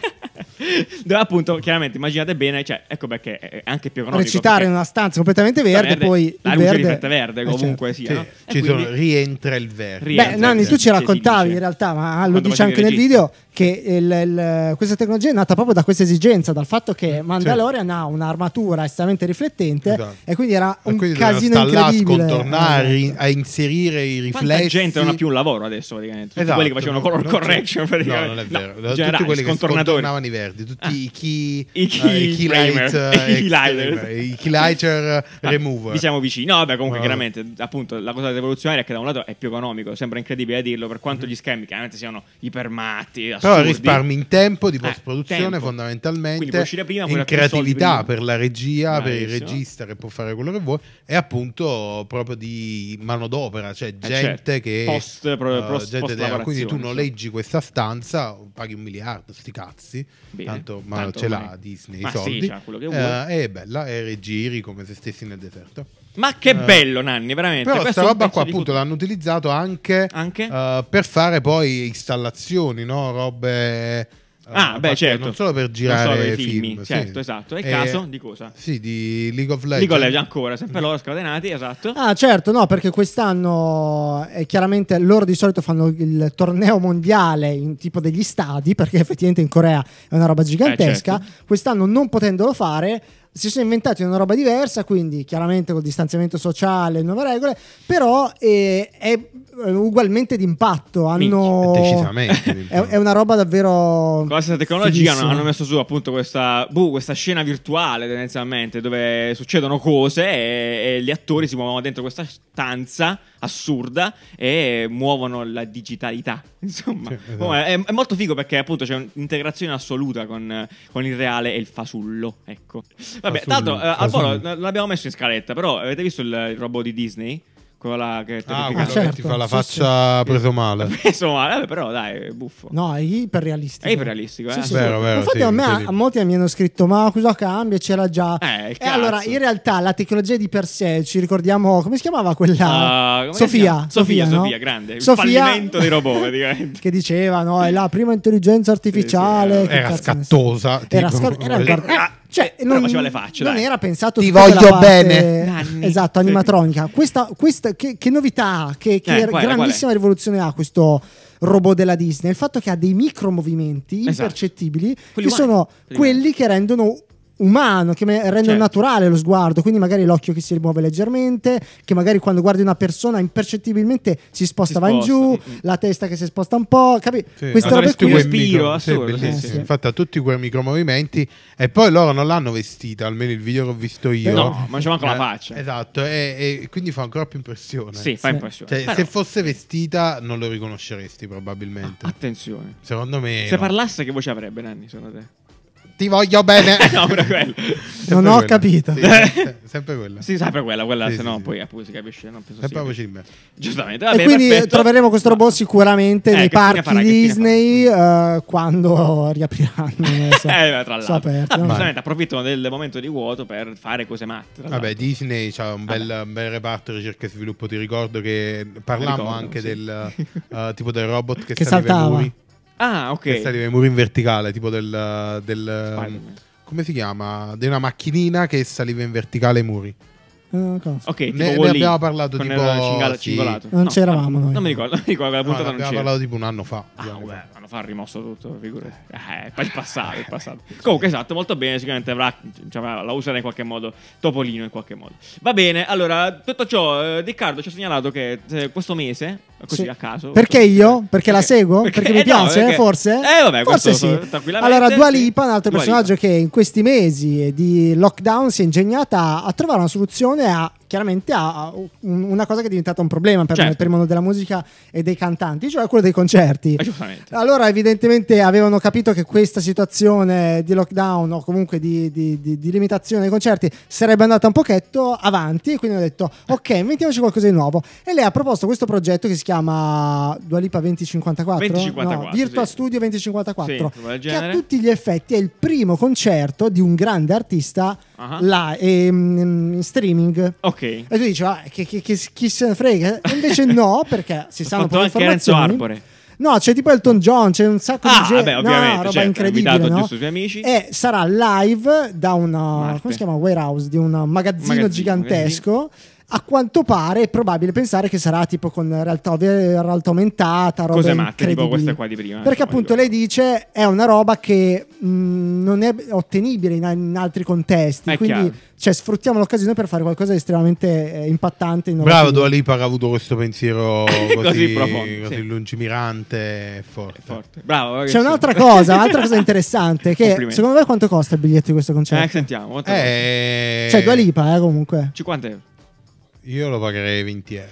S1: Dove appunto, chiaramente, immaginate bene, cioè, ecco perché è anche più economico.
S3: recitare
S1: perché
S3: in una stanza completamente verde,
S1: verde,
S3: poi
S1: la
S3: il
S1: luce
S3: verde,
S1: riflette verde,
S3: Eh,
S1: comunque
S2: Sì,
S1: sia. no? E
S2: ci
S1: quindi-
S2: sono- rientra il verde.
S1: Ri-
S3: Beh,
S1: rientra,
S3: Nanni, tu
S1: sì,
S3: ci
S1: sì, si
S3: raccontavi
S1: dice.
S3: in realtà, ma lo
S1: Quando
S3: dice
S1: facevi
S3: anche nel
S1: il
S3: video, che il- il- questa tecnologia è nata proprio da questa esigenza, dal fatto che Mandalorian ha un'armatura estremamente riflettente
S2: Esatto.
S3: e quindi era
S2: E
S3: Ah, un
S2: quindi doveva
S3: casino
S2: star là a
S3: incredibile.
S2: scontornare,
S3: Eh,
S2: in- a inserire i riflessi.
S1: Quanta gente non ha più un lavoro adesso, praticamente. Tutti
S2: Esatto,
S1: quelli che facevano
S2: no,
S1: color
S2: non c'è-
S1: correction, praticamente.
S2: No, non è
S1: No,
S2: vero.
S1: generali,
S2: tutti quelli che
S1: scontornatori.
S2: scontornavano i verdi, tutti
S1: Ah.
S2: i key,
S1: I key
S2: eh, i key light,
S1: primer, i
S2: eh,
S1: key lighter.
S2: i key lighter
S1: Ah,
S2: remover.
S1: Vi siamo vicini. No, beh, comunque,
S2: Ah.
S1: chiaramente, appunto, la cosa rivoluzionaria è che da un lato è più economico, sembra incredibile dirlo, per quanto gli schemi chiaramente siano ipermatti,
S2: Mm-hmm. Però
S1: assurdi.
S2: risparmi in tempo di
S1: Eh,
S2: post-produzione
S1: tempo. Quindi puoi
S2: fondamentalmente,
S1: uscire prima, puoi
S2: in
S1: raccogliere i soldi
S2: creatività
S1: prima.
S2: per la regia, per il
S1: Bravissimo.
S2: regista che può fare quello che vuole e appunto proprio di manodopera, cioè gente
S1: certo.
S2: che...
S1: Post- pro-
S2: eh,
S1: post-
S2: gente
S1: post-lavorazione,
S2: quindi tu
S1: insomma.
S2: noleggi questa stanza, paghi un miliardo, sti cazzi,
S1: Bene.
S2: tanto, ma
S1: Tanto
S2: ce
S1: ormai.
S2: l'ha Disney
S1: Ma
S2: i
S1: sì,
S2: soldi.
S1: c'ha quello che vuoi.
S2: Eh, è bella, e regiri come se stessi nel deserto.
S1: Ma che
S2: Eh.
S1: bello, Nanni, veramente.
S2: Però
S1: Questo
S2: questa
S1: è un
S2: roba
S1: pezzo
S2: qua
S1: di
S2: appunto
S1: fut-
S2: l'hanno utilizzato anche,
S1: Anche?
S2: eh, per fare poi installazioni, no? robe... eh,
S1: Ah, beh,
S2: fatte
S1: certo.
S2: Non solo per
S1: Non
S2: girare
S1: solo per i
S2: film,
S1: filmi,
S2: sì.
S1: certo, esatto. È il
S2: Eh,
S1: caso di cosa?
S2: Sì, di League of Legends.
S1: League of Legends ancora, sempre
S2: Mm.
S1: loro scatenati, esatto.
S3: Ah, certo, no, perché quest'anno eh, chiaramente loro di solito fanno il torneo mondiale in tipo degli stadi, perché effettivamente in Corea è una roba gigantesca.
S1: Eh,
S3: Quest'anno non potendolo fare, si sono inventati una roba diversa, quindi chiaramente col distanziamento sociale, nuove regole, però eh, è eh, ugualmente d'impatto. Hanno...
S2: Minchia, Eh, decisamente.
S3: Oh. È, è una roba davvero...
S1: Con la stessa tecnologia hanno,
S3: fighissima.
S1: hanno messo su appunto questa, boh, questa scena virtuale tendenzialmente dove succedono cose e, e gli attori si muovono dentro questa stanza assurda e muovono la digitalità. Insomma,
S2: Sì, esatto.
S1: Comunque, è, è molto figo perché appunto c'è un'integrazione assoluta con, con il reale e il fasullo. Ecco. Vabbè,
S2: Fasullo,
S1: tanto eh, al volo
S2: fasullo.
S1: eh, l'abbiamo messo in scaletta, però avete visto il, il robot di Disney? Quella che
S2: Ah,
S1: terrificante.
S2: quello
S3: certo.
S2: che ti fa la
S3: sì,
S2: faccia preso male.
S1: Insomma, vabbè, però dai, è buffo.
S3: No, è iperrealistico.
S1: È iperrealistico, eh?
S3: Sì, sì,
S2: Vero,
S3: sì.
S2: vero,
S3: Infatti
S2: sì,
S3: a me a,
S2: incredibile.
S3: molti mi hanno scritto "Ma cosa cambia? C'era già".
S1: Eh, il
S3: e allora
S1: cazzo.
S3: in realtà la tecnologia di per sé, ci ricordiamo come si chiamava
S1: Ah,
S3: quella
S1: come si
S3: Sofia,
S1: chiama? Sofia,
S3: no?
S1: Sofia, grande, il fallimento dei robot, praticamente.
S3: che diceva "No, è la prima intelligenza artificiale".
S1: sì,
S3: che
S2: era
S3: cazzo ne so.
S2: scattosa,
S3: Era,
S2: tipo.
S3: scat- era un car-
S1: Ah,
S3: cioè,
S1: però faceva le facce,
S3: non
S1: dai.
S3: era pensato
S2: Ti
S3: tutta quella
S2: voglio
S3: parte-
S2: bene.
S1: Nanni.
S3: Esatto, animatronica. Questa, questa- che, che novità ha? Che, che
S1: Eh, qual è,
S3: grandissima rivoluzione ha questo robot della Disney? Il fatto che ha dei micro movimenti
S1: Esatto.
S3: impercettibili
S1: Quelli
S3: che
S1: umani,
S3: sono
S1: praticamente.
S3: quelli che rendono umano, che me- rendono
S1: Certo.
S3: naturale lo sguardo, quindi magari l'occhio che si rimuove leggermente, che magari quando guardi una persona impercettibilmente si sposta,
S1: Si
S3: va in giù,
S1: sposta, mm, mm.
S3: la testa che si sposta un po', capi?
S2: Sì,
S3: Questa
S2: ha
S1: Ma
S3: roba
S2: tutti
S1: dovresti
S3: qui
S2: quei
S1: respiro,
S2: micro-
S1: assurdo,
S2: sì, bellissimo.
S3: sì, sì.
S2: Infatti ha tutti quei micromovimenti e poi loro non l'hanno vestita, almeno il video che ho visto io.
S1: No, ma c'è manco la
S2: Eh,
S1: faccia.
S2: Esatto, e, e quindi fa ancora più impressione.
S1: Sì, fa
S3: Sì.
S1: impressione.
S2: Cioè,
S1: Però-
S2: se fosse vestita non lo riconosceresti probabilmente.
S1: Attenzione.
S2: Secondo me...
S1: Ah, Se
S2: Eh, no.
S1: parlasse, che voce avrebbe Nanni, secondo te? Eh,
S2: Ti voglio bene.
S1: no, pure quello.
S2: Sempre
S3: Non ho
S2: quella.
S3: capito.
S2: Sì, se- sempre quella.
S1: Si sa per quella, quella,
S2: Sì,
S1: se
S2: sì, Eh,
S1: no
S2: sì.
S1: poi appunto si capisce. No? Penso
S2: Sempre la
S1: sia-
S2: voce di me.
S1: Giustamente. Vabbè,
S3: e quindi
S1: perfetto.
S3: troveremo questo robot
S1: Ma-
S3: sicuramente
S1: Eh,
S3: nei
S1: che fine
S3: parchi
S1: farà, che fine
S3: Disney eh, quando riapriranno. non lo so.
S1: eh, beh, tra
S3: So
S1: l'altro.
S3: aperto.
S1: Ah,
S2: Vai.
S1: giustamente approfittano del momento di vuoto per fare cose matte. tra
S2: Vabbè,
S1: l'altro.
S2: Disney c'ha un bel, un bel reparto ricerca e sviluppo. Ti ricordo che parlammo
S1: Ricordo,
S2: anche
S1: sì.
S2: del eh, tipo del robot che,
S3: Che
S2: saliva ai
S3: saltava.
S2: muri.
S1: Ah, ok.
S2: Che saliva ai muri in verticale, tipo del, del,
S1: Spider-Man.
S2: come si chiama? Di una macchinina che saliva in verticale ai muri.
S3: Eh, cosa?
S1: Ok,
S2: Ne-
S1: tipo
S2: ne
S1: Wall-E,
S2: abbiamo parlato
S1: con
S2: tipo-
S1: il cingala-
S2: sì.
S1: cingolato.
S3: Non
S1: No,
S3: c'eravamo
S1: no,
S3: noi.
S1: Non mi ricordo, non mi ricordo, la
S2: No,
S1: puntata non
S2: abbiamo
S1: c'era.
S2: parlato tipo un anno fa.
S1: Ah,
S2: due anni
S1: vabbè,
S2: fa.
S1: hanno fatto rimosso tutto, figurati. Eh, poi il passato, il passato. Comunque, esatto, molto bene. Sicuramente avrà, cioè, la userà in qualche modo, Topolino in qualche modo. Va bene, allora, tutto ciò, eh, Riccardo ci ha segnalato che eh, questo mese, così
S3: Sì.
S1: a caso. Eh,
S3: Perché io? Perché la
S1: Perché-
S3: seguo? Perché,
S1: perché-
S3: mi
S1: eh, no,
S3: piace?
S1: perché-
S3: Forse?
S1: eh, vabbè,
S3: Forse
S1: questo
S3: sì.
S1: tranquillamente,
S3: Allora, Dua
S1: sì.
S3: Lipa, un altro
S1: Dua
S3: personaggio che in questi mesi di lockdown si è ingegnata a trovare una soluzione a chiaramente a un- una cosa che è diventata un problema per,
S1: Certo.
S3: per il mondo della musica e dei cantanti, cioè quello dei concerti.
S1: Eh, giustamente.
S3: Allora, evidentemente avevano capito che questa situazione di lockdown o comunque di, di- di- di limitazione dei concerti sarebbe andata un pochetto avanti. E quindi ho detto: Ok, inventiamoci qualcosa di nuovo. E lei ha proposto questo progetto che si chiama Dualipa 2054
S1: 2054,
S3: no, Virtua
S1: sì.
S3: Studio 2054.
S1: Sì, roba del
S3: che a
S1: genere.
S3: tutti gli effetti è il primo concerto di un grande artista
S1: Ah.
S3: là, ehm, in streaming.
S1: Ok.
S3: E tu dici, ah, che, che- che- chi se ne frega? E invece no, perché si
S1: Ho
S3: sanno
S1: fatto
S3: poi
S1: anche Renzo
S3: informazioni.
S1: Arbore.
S3: No, c'è tipo Elton John, c'è un sacco
S1: Ah,
S3: di gente.
S1: vabbè, ovviamente,
S3: no, roba
S1: certo, ha
S3: incredibile.
S1: invitato
S3: no?
S1: giusto i suoi amici.
S3: E sarà live da un
S1: Marte.
S3: come si chiama? Warehouse di un magazzino,
S1: Magazzino,
S3: gigantesco. A quanto pare è probabile pensare che sarà tipo con realtà, realtà aumentata, roba
S1: Cose matte, tipo
S3: incredibili.
S1: questa qua di prima.
S3: Perché
S1: insomma,
S3: appunto
S1: dico.
S3: lei dice è una roba che mh, non è ottenibile in, in altri contesti,
S1: È
S3: quindi
S1: chiaro.
S3: cioè, sfruttiamo l'occasione per fare qualcosa di estremamente eh, impattante. e
S2: Bravo
S3: innovativo.
S2: Dua Lipa che ha avuto questo pensiero così,
S1: Così profondo,
S2: così
S1: sì.
S2: lungimirante e forte.
S1: Forte. Bravo. ragazzi.
S3: C'è un'altra cosa, un'altra cosa interessante, che
S1: Complimenti.
S3: secondo me quanto costa il biglietto di questo
S1: Eh,
S3: concerto?
S1: sentiamo. quanto costa?
S2: Eh,
S3: Cioè Dua Lipa eh, comunque.
S1: 50 euro.
S2: Io lo pagherei 20 euro.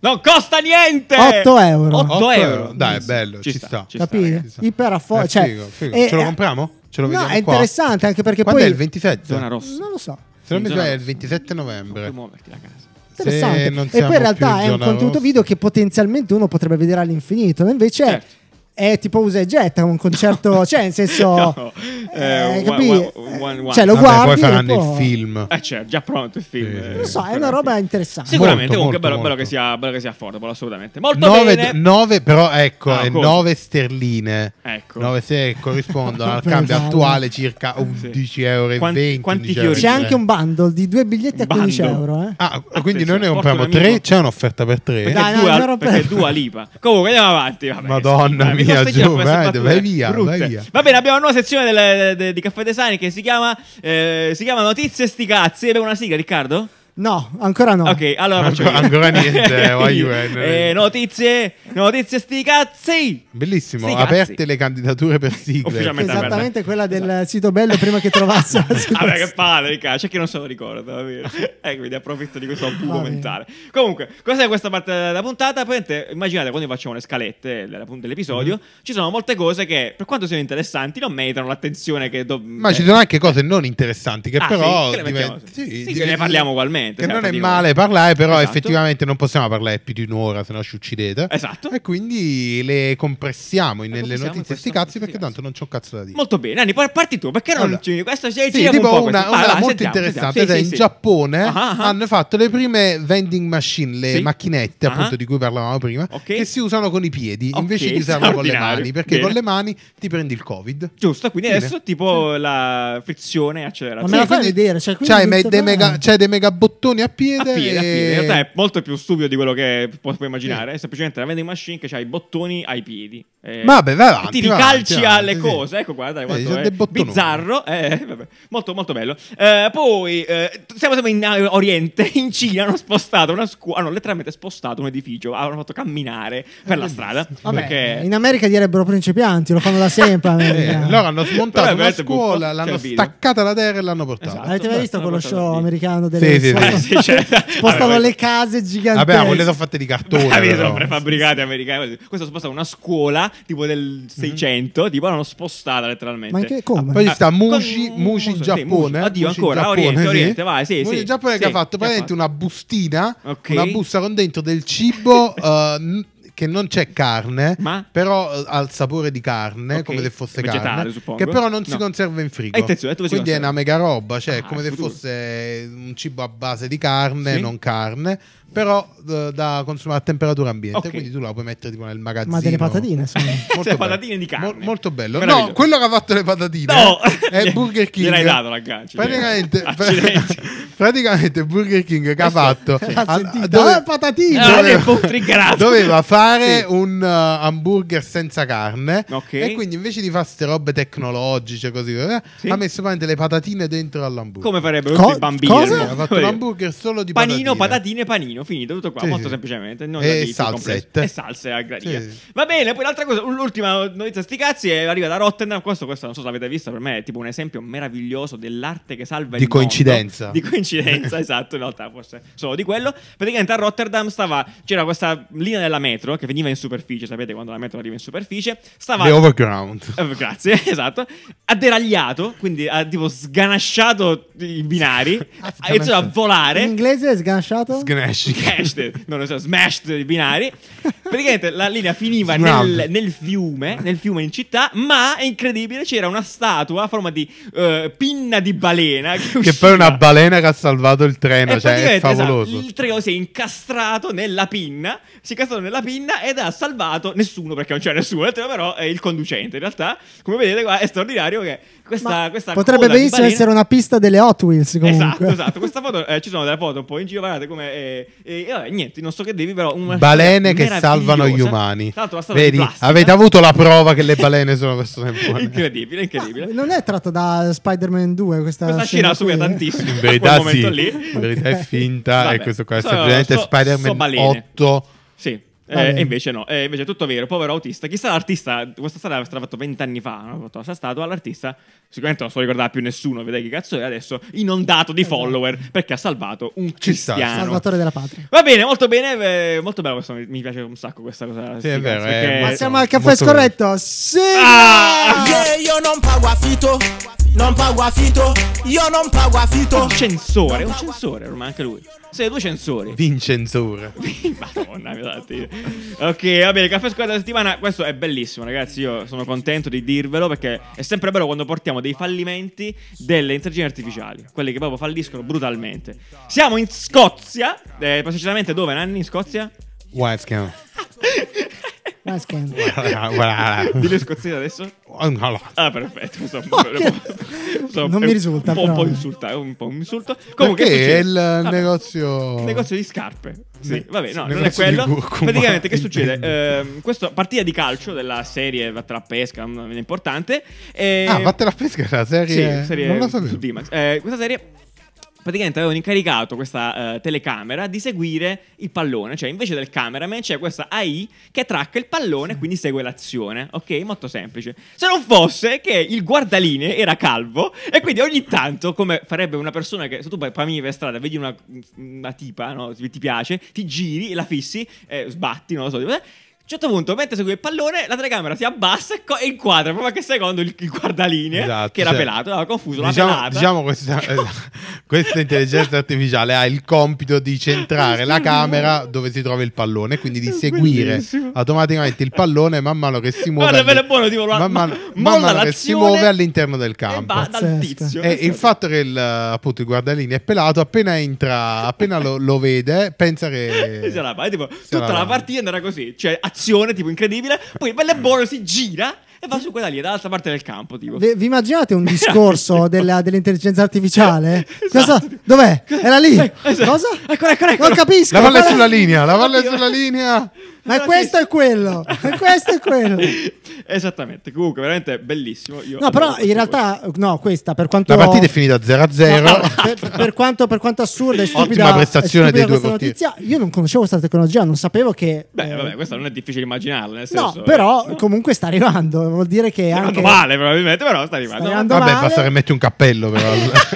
S1: Non costa niente!
S3: 8 euro.
S1: 8,
S2: Otto
S1: euro.
S2: Dai, è bello, ci, sta.
S1: ci
S3: Capito?
S1: ragazzi.
S2: ragazzi.
S3: Iper affo-
S2: Eh,
S3: cioè,
S2: figo, figo.
S3: eh,
S2: Ce lo
S3: eh,
S2: compriamo? Ce lo
S3: no,
S2: vediamo
S3: è
S2: qua?
S3: interessante anche perché
S2: Quando
S3: poi...
S2: è il 27?
S1: Zona rossa.
S3: Non lo so.
S2: Se non mi
S1: Zona
S2: sbaglio è il
S1: rossa.
S2: 27 novembre.
S1: Non puoi muoverti da casa.
S3: Interessante.
S2: non
S3: E poi
S2: siamo
S3: in realtà
S2: più
S3: è un
S2: zona
S3: contenuto
S2: rossa.
S3: video che potenzialmente uno potrebbe vedere all'infinito, ma invece
S1: Certo.
S3: è tipo usa e getta, un concerto, cioè nel senso...
S1: No, eh,
S3: eh,
S1: one-
S3: capì?
S1: one- one- one.
S3: Cioè lo
S2: Vabbè,
S3: guardi...
S2: poi faranno
S3: e poi-
S2: il film.
S1: Eh, c'è già pronto il film.
S2: Sì,
S1: eh,
S2: sì.
S3: Non lo so, è una
S1: sicuramente.
S3: roba interessante.
S1: Sicuramente,
S2: Molto,
S1: comunque,
S2: molto,
S1: bello, bello
S2: molto.
S1: che sia, bello che sia affordable, assolutamente. Molto
S2: 9,
S1: bene.
S2: però ecco,
S1: Ah,
S2: è
S1: come?
S2: 9 sterline.
S1: Ecco.
S2: 9 se corrispondono al
S3: Per
S2: cambio
S3: farlo.
S2: attuale circa
S1: Sì.
S2: 11 euro. e
S1: Quanti-
S2: 20,
S1: quanti
S2: 11 euro e
S1: fiori?
S3: Esatto. C'è
S2: 3.
S3: anche un bundle di due biglietti a 15
S1: Bundle.
S3: euro. Eh?
S2: Ah, quindi noi ne
S1: Attenzione,
S2: compriamo
S1: porta un
S2: 3,
S1: amico.
S2: c'è un'offerta per 3.
S3: Dai,
S1: Perché,
S3: dai,
S1: dua,
S3: non rompere-
S1: perché Dua lipa. Comunque andiamo avanti. vabbè.
S2: Madonna
S1: Dai, mi
S2: mia,
S1: costringi a
S2: Gio,
S1: fare
S2: vai,
S1: battute
S2: vai via,
S1: brutte.
S2: vai via.
S1: Va bene, abbiamo una nuova sezione del- de- di Caffè Design che si chiama, eh, si chiama Notizie sti cazzi. Abbiamo una sigla, Riccardo?
S3: No, ancora no.
S1: Ok, allora faccio
S2: Ancora- ancora
S1: io.
S2: niente, why you-
S1: eh, Notizie, notizie sti cazzi.
S2: Bellissimo,
S1: Sì, cazzi.
S2: aperte le candidature per sigle.
S1: Ufficialmente.
S3: Esattamente
S1: Merda.
S3: quella del sito bello prima che trovasse la
S1: Esatto. Vabbè, che
S3: situazione.
S1: palle, Riccardo. C'è chi non se lo ricorda, va bene. Eh, quindi approfitto di questo
S3: Va
S1: buco
S3: bene.
S1: mentale. Comunque, cos'è questa parte della puntata? Praticamente, immaginate quando facciamo le scalette della punta dell'episodio,
S2: Mm-hmm.
S1: ci sono molte cose che, per quanto siano interessanti, non meritano l'attenzione che do-
S2: Ma
S1: eh,
S2: ci sono anche cose non interessanti che
S1: Ah,
S2: però
S1: sì, che le
S2: diven-
S1: mettiamo, sì.
S2: sì,
S1: Sì, che
S2: diven-
S1: ne parliamo ugualmente,
S2: Che
S1: cioè,
S2: non è
S1: per dire-
S2: male parlare, però
S1: Esatto.
S2: effettivamente non possiamo parlare più di un'ora, se no ci uccidete.
S1: Esatto.
S2: E Eh, quindi le compressiamo nelle
S1: compressiamo in
S2: notizie
S1: questo-
S2: sti cazzi perché
S1: sì,
S2: tanto non c'ho un cazzo da dire.
S1: Molto bene, Anni, par- parti tu, perché non
S2: Allora.
S1: ci questo ci
S2: Sì,
S1: giriamo un
S2: tipo
S1: po'
S2: una,
S1: questo. Vai,
S2: una
S1: vai,
S2: molto
S1: sentiamo,
S2: interessante. ed
S1: sentiamo.
S2: è
S1: Sì,
S2: in
S1: sì, sì.
S2: Giappone
S1: Ah, ah.
S2: hanno fatto le prime vending machine, le
S1: Sì.
S2: macchinette
S1: Ah.
S2: appunto di cui parlavamo prima,
S1: Ok.
S2: che si usano con i piedi
S1: Ok,
S2: invece di usarlo con le
S1: straordinario.
S2: mani, perché
S1: Bene.
S2: con le mani ti prendi il covid.
S1: Giusto, quindi
S2: Bene.
S1: adesso tipo la frizione e
S3: Ma
S1: accelerazione.
S3: me la
S2: Sì,
S3: fai
S2: quindi
S3: vedere? Cioè, quindi
S2: C'hai me-
S3: tutto
S2: dei
S3: bene.
S2: mega, c'hai dei mega bottoni a piede.
S1: a piede, a piede.
S2: e-
S1: In realtà è molto più stupido di quello che pu- puoi immaginare. È semplicemente la vending machine che ha i bottoni ai piedi. Eh,
S2: Vabbè, vai avanti,
S1: Ti
S2: vai
S1: ricalci
S2: avanti, vai
S1: alle
S2: avanti, sì.
S1: cose. Ecco, guarda,
S2: Eh,
S1: quanto
S2: sono
S1: è
S2: dei bottononi.
S1: bizzarro. Eh, vabbè. Molto, molto bello. Eh, poi, eh, t- siamo, siamo in eh, Oriente. In Cina hanno spostato una scuola. Hanno letteralmente spostato un edificio. Hanno fatto camminare per
S2: Eh,
S1: la strada.
S3: Vabbè,
S1: perché...
S3: In America direbbero principianti, lo fanno da sempre. in
S2: Eh,
S3: America.
S2: loro hanno
S1: Però
S2: smontato
S1: è
S2: una
S1: veramente buffo,
S2: scuola,
S1: c'è
S2: l'hanno
S1: il video.
S2: staccata da terra e l'hanno portata.
S1: Esatto.
S3: Avete mai visto
S1: Beh,
S3: quello
S1: l'ho portato
S3: show
S1: lì.
S3: americano delle
S2: Sì, sì,
S1: Eh,
S3: spostano,
S1: sì, cioè,
S3: spostano
S1: vabbè,
S3: le case gigantesche?
S2: Vabbè, ma quelle sono fatte di cartone.
S1: Capito,
S2: però.
S1: sono prefabbricati americani. Questo sposta una scuola tipo del 600, tipo l'hanno spostata letteralmente.
S3: Ma anche come?
S1: Ah,
S2: Mhm. Poi ci sta
S1: con-
S2: Mushi, Mushi
S1: sì,
S2: in Giappone.
S1: Mushi. Oddio,
S2: Mushi in
S1: ancora,
S2: Giappone,
S1: Oriente,
S2: sì.
S1: Oriente, vai, sì,
S2: Mushi
S1: sì.
S2: in Giappone che
S1: Sì,
S2: ha fatto veramente una bustina,
S1: Ok.
S2: una busta con dentro del cibo eh, n- che non c'è carne,
S1: Ma?
S2: però eh, ha il sapore di carne,
S1: Ok.
S2: come se fosse
S1: Vegetale,
S2: carne,
S1: suppongo.
S2: che però non si
S1: No.
S2: conserva in frigo.
S1: Eh, attenzione, dove si
S2: Quindi è una
S1: conserva?
S2: mega roba, cioè
S1: Ah,
S2: come
S1: è
S2: se
S1: futuro.
S2: fosse un cibo a base di carne,
S1: Sì.
S2: non carne, però eh, da consumare a temperatura ambiente,
S1: Ok.
S2: quindi tu la puoi mettere tipo nel magazzino.
S3: Ma delle patatine, insomma.
S2: Molto
S1: Cioè,
S2: bello.
S1: patatine di carne.
S2: molto bello. No,
S1: Meraviglioso.
S2: quello che ha fatto le patatine
S1: No!
S2: eh. è Burger King.
S1: Gliel'hai dato l'aggancio,
S2: Praticamente,
S1: gliel'hai dato. Accidenti.
S2: praticamente Burger King che ha fatto
S3: L'ha
S2: ha-
S3: sentita?
S2: dove-
S3: Ah, patatine!
S1: Ah, è un po' triggerato.
S2: doveva fare
S1: Sì.
S2: un uh, hamburger senza carne
S1: Ok.
S2: e quindi invece di fare queste robe tecnologiche così eh,
S1: Sì.
S2: ha messo praticamente le patatine dentro all'hamburger
S1: Come farebbero
S3: Co-
S1: tutti i bambini
S3: cosa?
S1: del
S2: Sì,
S1: mondo.
S2: ha fatto un hamburger solo di
S1: panino,
S2: patatine.
S1: patatine, panino, finito tutto qua,
S2: Sì,
S1: molto
S2: sì.
S1: semplicemente. non
S2: E
S1: da lì tutto
S2: salsette.
S1: complesso. E salse a gradina.
S2: Sì, sì.
S1: Va bene, poi l'altra cosa, l'ultima notizia sti cazzi è arriva da Rotterdam, questo, questo non so se l'avete visto, per me è tipo un esempio meraviglioso dell'arte che salva
S2: Di
S1: il mondo.
S2: coincidenza.
S1: Di coincidenza, esatto, in realtà forse solo di quello. Praticamente a Rotterdam stava c'era questa linea della metro che veniva in superficie, sapete quando la metro arriva in superficie, stava
S2: The overground
S1: eh, Grazie, esatto. Ha deragliato, quindi ha tipo sganasciato i binari,
S2: Ah,
S1: ha iniziato a
S2: sganasciato.
S1: volare.
S3: In inglese è sganasciato?
S2: Sgnash.
S1: Smashed, non lo so, smashed i binari. Praticamente la linea finiva
S2: Snub.
S1: nel, nel fiume, nel fiume in città, ma è incredibile, c'era una statua a forma di eh, pinna di balena che,
S2: Che
S1: usciva.
S2: poi è una balena che ha salvato il
S1: E
S2: treno, cioè è
S1: praticamente, esatto,
S2: favoloso.
S1: il trio si è incastrato nella pinna, si è incastrato nella pinna ed ha salvato nessuno, perché non c'era nessuno nel trio, però è il conducente. In realtà, come vedete qua, è straordinario che questa,
S3: Ma
S1: questa
S3: potrebbe
S1: coda di
S3: benissimo
S1: balena-
S3: essere una pista delle Hot Wheels comunque.
S1: Esatto, esatto. Questa foto, eh, ci sono delle foto un po' in giro, guardate come... eh, eh, eh, vabbè, niente, non so che devi, però... Una
S2: Balene
S1: storia
S2: che salvano gli
S1: meravigliosa.
S2: umani.
S1: Tra l'altro la storia di
S2: Vedi,
S1: plastica.
S2: avete avuto eh. la prova che le balene sono persone buone.
S1: Incredibile, incredibile.
S3: Ma non è tratta da Spider-Man 2 questa,
S1: Questa scena subito
S3: qui, eh?
S1: tantissimo.
S2: In verità
S1: a quel
S2: sì,
S1: momento lì.
S2: in verità è finta
S1: Vabbè,
S2: e questo qua è
S1: so-
S2: semplicemente
S1: so- so
S2: Spider-Man
S1: balene.
S2: 8.
S1: Sì.
S3: Va
S1: eh,
S3: bene.
S1: e invece no, eh, invece è tutto vero, povero autista. Chissà l'artista, questa statua è stata fatta vent'anni fa, hanno fatto questa statua, l'artista sicuramente non se lo ricordava più nessuno, vedete che cazzo è adesso,
S3: Esatto.
S1: inondato di follower perché ha salvato un
S2: Ci sta,
S1: cristiano.
S3: Salvatore della patria.
S1: Va bene, molto bene, eh, molto bello questo, mi- mi piace un sacco questa cosa.
S2: Sì, è
S1: sti
S2: vero,
S1: cazzi,
S2: è
S1: perché-
S2: molto-
S3: Ma siamo al caffè
S2: Eh, molto
S3: scorretto? Sì!
S1: Ah!
S11: io non pago affitto, non pago affitto, io non pago affitto.
S1: un censore, un censore ormai anche lui. Sei due censori.
S2: Vincenzura.
S1: Madonna, mi date. Ok, va bene, caffè squadra della settimana. Questo è bellissimo, ragazzi. Io sono contento di dirvelo perché è sempre bello quando portiamo dei fallimenti delle intelligenze artificiali, quelle che proprio falliscono brutalmente. Siamo in Scozia, eh, precisamente dove, Nanni? In Scozia?
S2: Wildscan.
S3: Ma scherzo.
S2: Guarda, guarda.
S1: Dillo in scozzese adesso? Ah, perfetto. Insomma,
S3: che- Non mi
S1: è
S3: risulta,
S1: Un po', un po'
S3: però.
S1: insulta- è un po' un insulto.
S2: Comunque
S1: Comunque, succede?
S2: è il eh,
S1: Vabbè.
S2: negozio...
S1: negozio di scarpe.
S2: Sì.
S1: Ne- Vabbè, no,
S2: Negozio
S1: non è quello.
S2: di curcuma.
S1: Praticamente, che succede?
S2: Intendo.
S1: Ehm, questa partita di calcio della serie Vattela pesca, non è importante. e-
S2: Ah, vatte la pesca la serie...
S1: sì, serie
S2: Non lo
S1: su
S2: sapevo.
S1: D-Max. Eh, questa serie. Praticamente avevano incaricato questa eh, telecamera di seguire il pallone, cioè invece del cameraman c'è questa AI che tracca il pallone e quindi segue l'azione, ok? Molto semplice. Se non fosse che il guardalinee era calvo e quindi ogni tanto, come farebbe una persona che se tu poi cammini per strada, vedi una, una tipa, no? ti ti piace, ti giri, la fissi, eh, sbatti, non lo so, tipo, eh, a un certo punto, mentre segui il pallone, la telecamera si abbassa e, co- e inquadra proprio che secondo il, il guardalinee
S2: Esatto,
S1: che era
S2: cioè,
S1: pelato, aveva confuso la
S2: Diciamo,
S1: pelata.
S2: diciamo questa, eh, questa intelligenza artificiale ha il compito di centrare la camera dove si trova il pallone, quindi di seguire
S1: Bellissimo.
S2: automaticamente il pallone man mano che si muove.
S1: Guarda, bello
S2: all'in-
S1: e buono, tipo, la-
S2: man mano,
S1: molla
S2: man mano che si
S1: l'azione
S2: muove all'interno del
S1: e Esatto.
S2: campo. Eh,
S1: va dal
S3: Pazzesco.
S1: tizio.
S2: E il fatto che il, appunto, il guardalini è pelato, appena entra, appena lo, lo vede, pensa che.
S1: E se la fa, è tipo,
S2: se la
S1: tutta la
S2: va.
S1: partita era così, cioè azione tipo incredibile, poi bello e buono si gira e va su quella lì, dall'altra parte del campo, tipo.
S3: Vi, vi immaginate un discorso della- dell'intelligenza artificiale?
S1: Esatto.
S3: Cosa- dov'è? Era lì.
S1: Eh, esatto.
S3: Cosa?
S1: Eccola, eccola, eccola.
S3: Non capisco.
S2: Ecco, La palla è
S3: Guarda-
S2: sulla linea, la palla è sulla linea.
S3: Ma è questo è quello. E questo è quello.
S1: Esattamente, comunque veramente bellissimo. Io
S3: No,
S1: adoro
S3: però
S1: queste
S3: in
S1: cose.
S3: realtà, no, questa per quanto.
S2: La partita è finita 0-0.
S3: No, per, per quanto, per quanto assurda e
S2: Ottima
S3: stupida,
S2: prestazione
S3: e stupida
S2: dei due
S3: questa
S2: portieri.
S3: notizia, io non conoscevo questa tecnologia, non sapevo che.
S1: Beh,
S3: eh,
S1: vabbè, questa non è difficile immaginarla, nel
S3: no,
S1: senso... eh,
S3: però
S1: no?
S3: comunque sta arrivando. Vuol dire che
S1: Sta
S3: anche.
S1: andando male probabilmente, però sta arrivando.
S3: Sta andando
S2: Vabbè,
S3: male.
S2: basta che metti un cappello, però.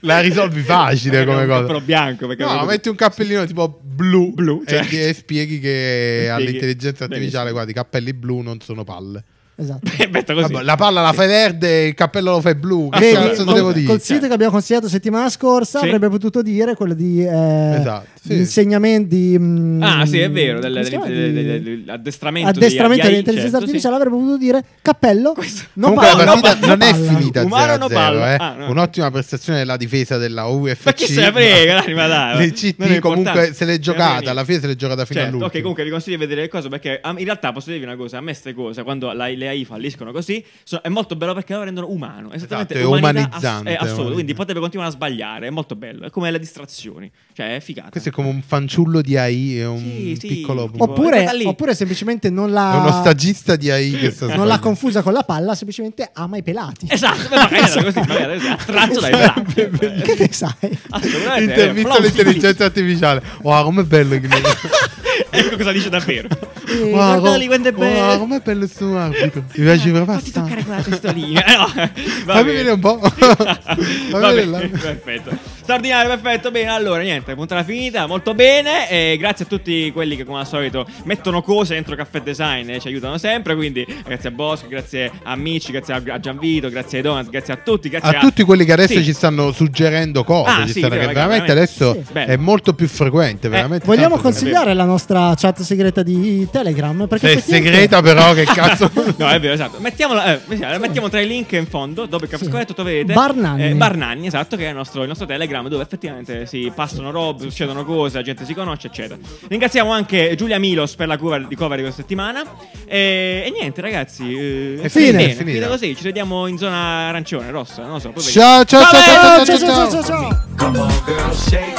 S2: la risolvi facile
S1: Perché
S2: come
S1: non-
S2: cosa.
S1: però Eh, bianco, perché
S2: no,
S1: non-
S2: metti un cappellino tipo blu,
S1: Blu,
S2: e,
S1: certo.
S2: e spieghi che
S1: Spieghi.
S2: all'intelligenza artificiale,
S1: Benissimo.
S2: guarda, i cappelli blu non sono palle.
S3: Esatto.
S1: Eh, metta così.
S2: Vabbè, la palla la fai verde, il cappello lo fai blu. Che
S3: Vedi,
S2: cazzo ti
S3: col,
S2: devo
S1: con-
S2: dire?
S3: col sito che abbiamo consigliato settimana scorsa
S1: Sì.
S3: avrebbe potuto dire quello di, eh,
S2: Esatto, sì.
S3: di insegnamenti mm,
S1: Ah, sì, è vero, del,
S3: come si
S1: del-
S3: chiama?
S1: del-
S3: Di-
S1: del- del- addestramento,
S3: addestramento
S1: degli AI,
S3: dell'intelligenza
S1: certo,
S3: artificiale avrebbe potuto dire cappello non
S2: Comunque
S3: palla,
S2: la partita
S3: no
S2: non è
S3: palla.
S2: finita
S1: Umano no
S2: 0-0,
S1: palla.
S2: eh.
S1: Ah, no.
S2: Un'ottima prestazione della difesa della UFC.
S1: Ma chi se ne frega, dai, ma dai,
S2: Le
S1: non è
S2: CT
S1: importante.
S2: comunque se l'è
S1: Non frega niente.
S2: giocata, alla fine se l'è giocata fino
S1: Certo,
S2: all'ultimo.
S1: ok, comunque vi consiglio di vedere le cose perché am, in realtà posso dirvi una cosa: a me queste cose, quando la- le AI falliscono così, so- è molto bello perché lo rendono umano. Esattamente
S2: Esatto, è
S1: umanità
S2: umanizzante,
S1: ass- è assoluto,
S2: umanizzante.
S1: quindi potrebbe continuare a sbagliare. È molto bello. È come le distrazioni, cioè è figata.
S2: Questo è come un fanciullo di AI, è un
S1: Sì, sì.
S2: piccolo...
S1: È
S3: oppure,
S1: andata lì.
S3: oppure semplicemente non
S2: È uno
S3: l'ha
S2: stagista di AI che sta
S3: non l'ha
S2: sbagliando.
S3: confusa con la palla semplicemente ama i pelati
S1: Esatto, ma magari era così, magari era così, a traccio dai bracci.
S3: che ne sai
S1: Assolutamente,
S2: Cioè, Intervista
S1: è
S2: all'intelligenza artificiale. Wow, com'è bello il
S1: Ecco cosa dice davvero. Eh,
S2: Wow,
S1: guardali quanto è bello.
S2: wow, com'è bello sto arbitro. Mi piace proprio
S1: Fatti toccare
S2: abbastanza.
S1: quella testolina. Eh, no, va
S2: Fammi
S1: bene.
S2: vedere un po'.
S1: Va
S2: Fammi
S1: bene,
S2: vedere là.
S1: perfetto. Straordinario, perfetto. Bene, allora niente, puntata finita, molto bene. E grazie a tutti quelli che, come al solito, mettono cose dentro Caffè Design e ci aiutano sempre. Quindi, grazie a Bosco, grazie a Amici, grazie a a Gianvito, grazie ai Donuts, grazie a tutti. Grazie
S2: A tutti quelli che adesso
S1: Sì.
S2: ci stanno suggerendo cose,
S1: Ah,
S2: ci
S1: sì,
S2: stanno-
S1: vero,
S2: che
S1: ragazzi,
S2: veramente adesso
S1: veramente. Sì.
S2: è molto più frequente. Veramente
S3: Vogliamo
S2: tanto
S3: consigliare la nostra chat segreta di Telegram? Perché
S2: Se è
S3: effettivamente-
S2: segreta, però, che cazzo.
S1: No, è vero, esatto. Mettiamola, eh, sì, la mettiamo tra i link in fondo, dopo il capiscoletto troverete
S3: Barnagni.
S1: eh, Barnagni, esatto, che è il nostro, il nostro Telegram dove effettivamente si passano robe, succedono cose, la gente si conosce, eccetera. Ringraziamo anche Giulia Milos per la cover di cover di questa settimana e, e niente, ragazzi, eh,
S2: È finita,
S1: bene,
S2: è finita.
S1: finita così, ci vediamo in zona arancione, rossa, non lo so, poi
S2: Ciao, ciao, ciao,
S1: vediamo. Va
S2: ciao,
S1: bene!
S3: Ciao, ciao, ciao, ciao, ciao.
S11: Come on, girl, shake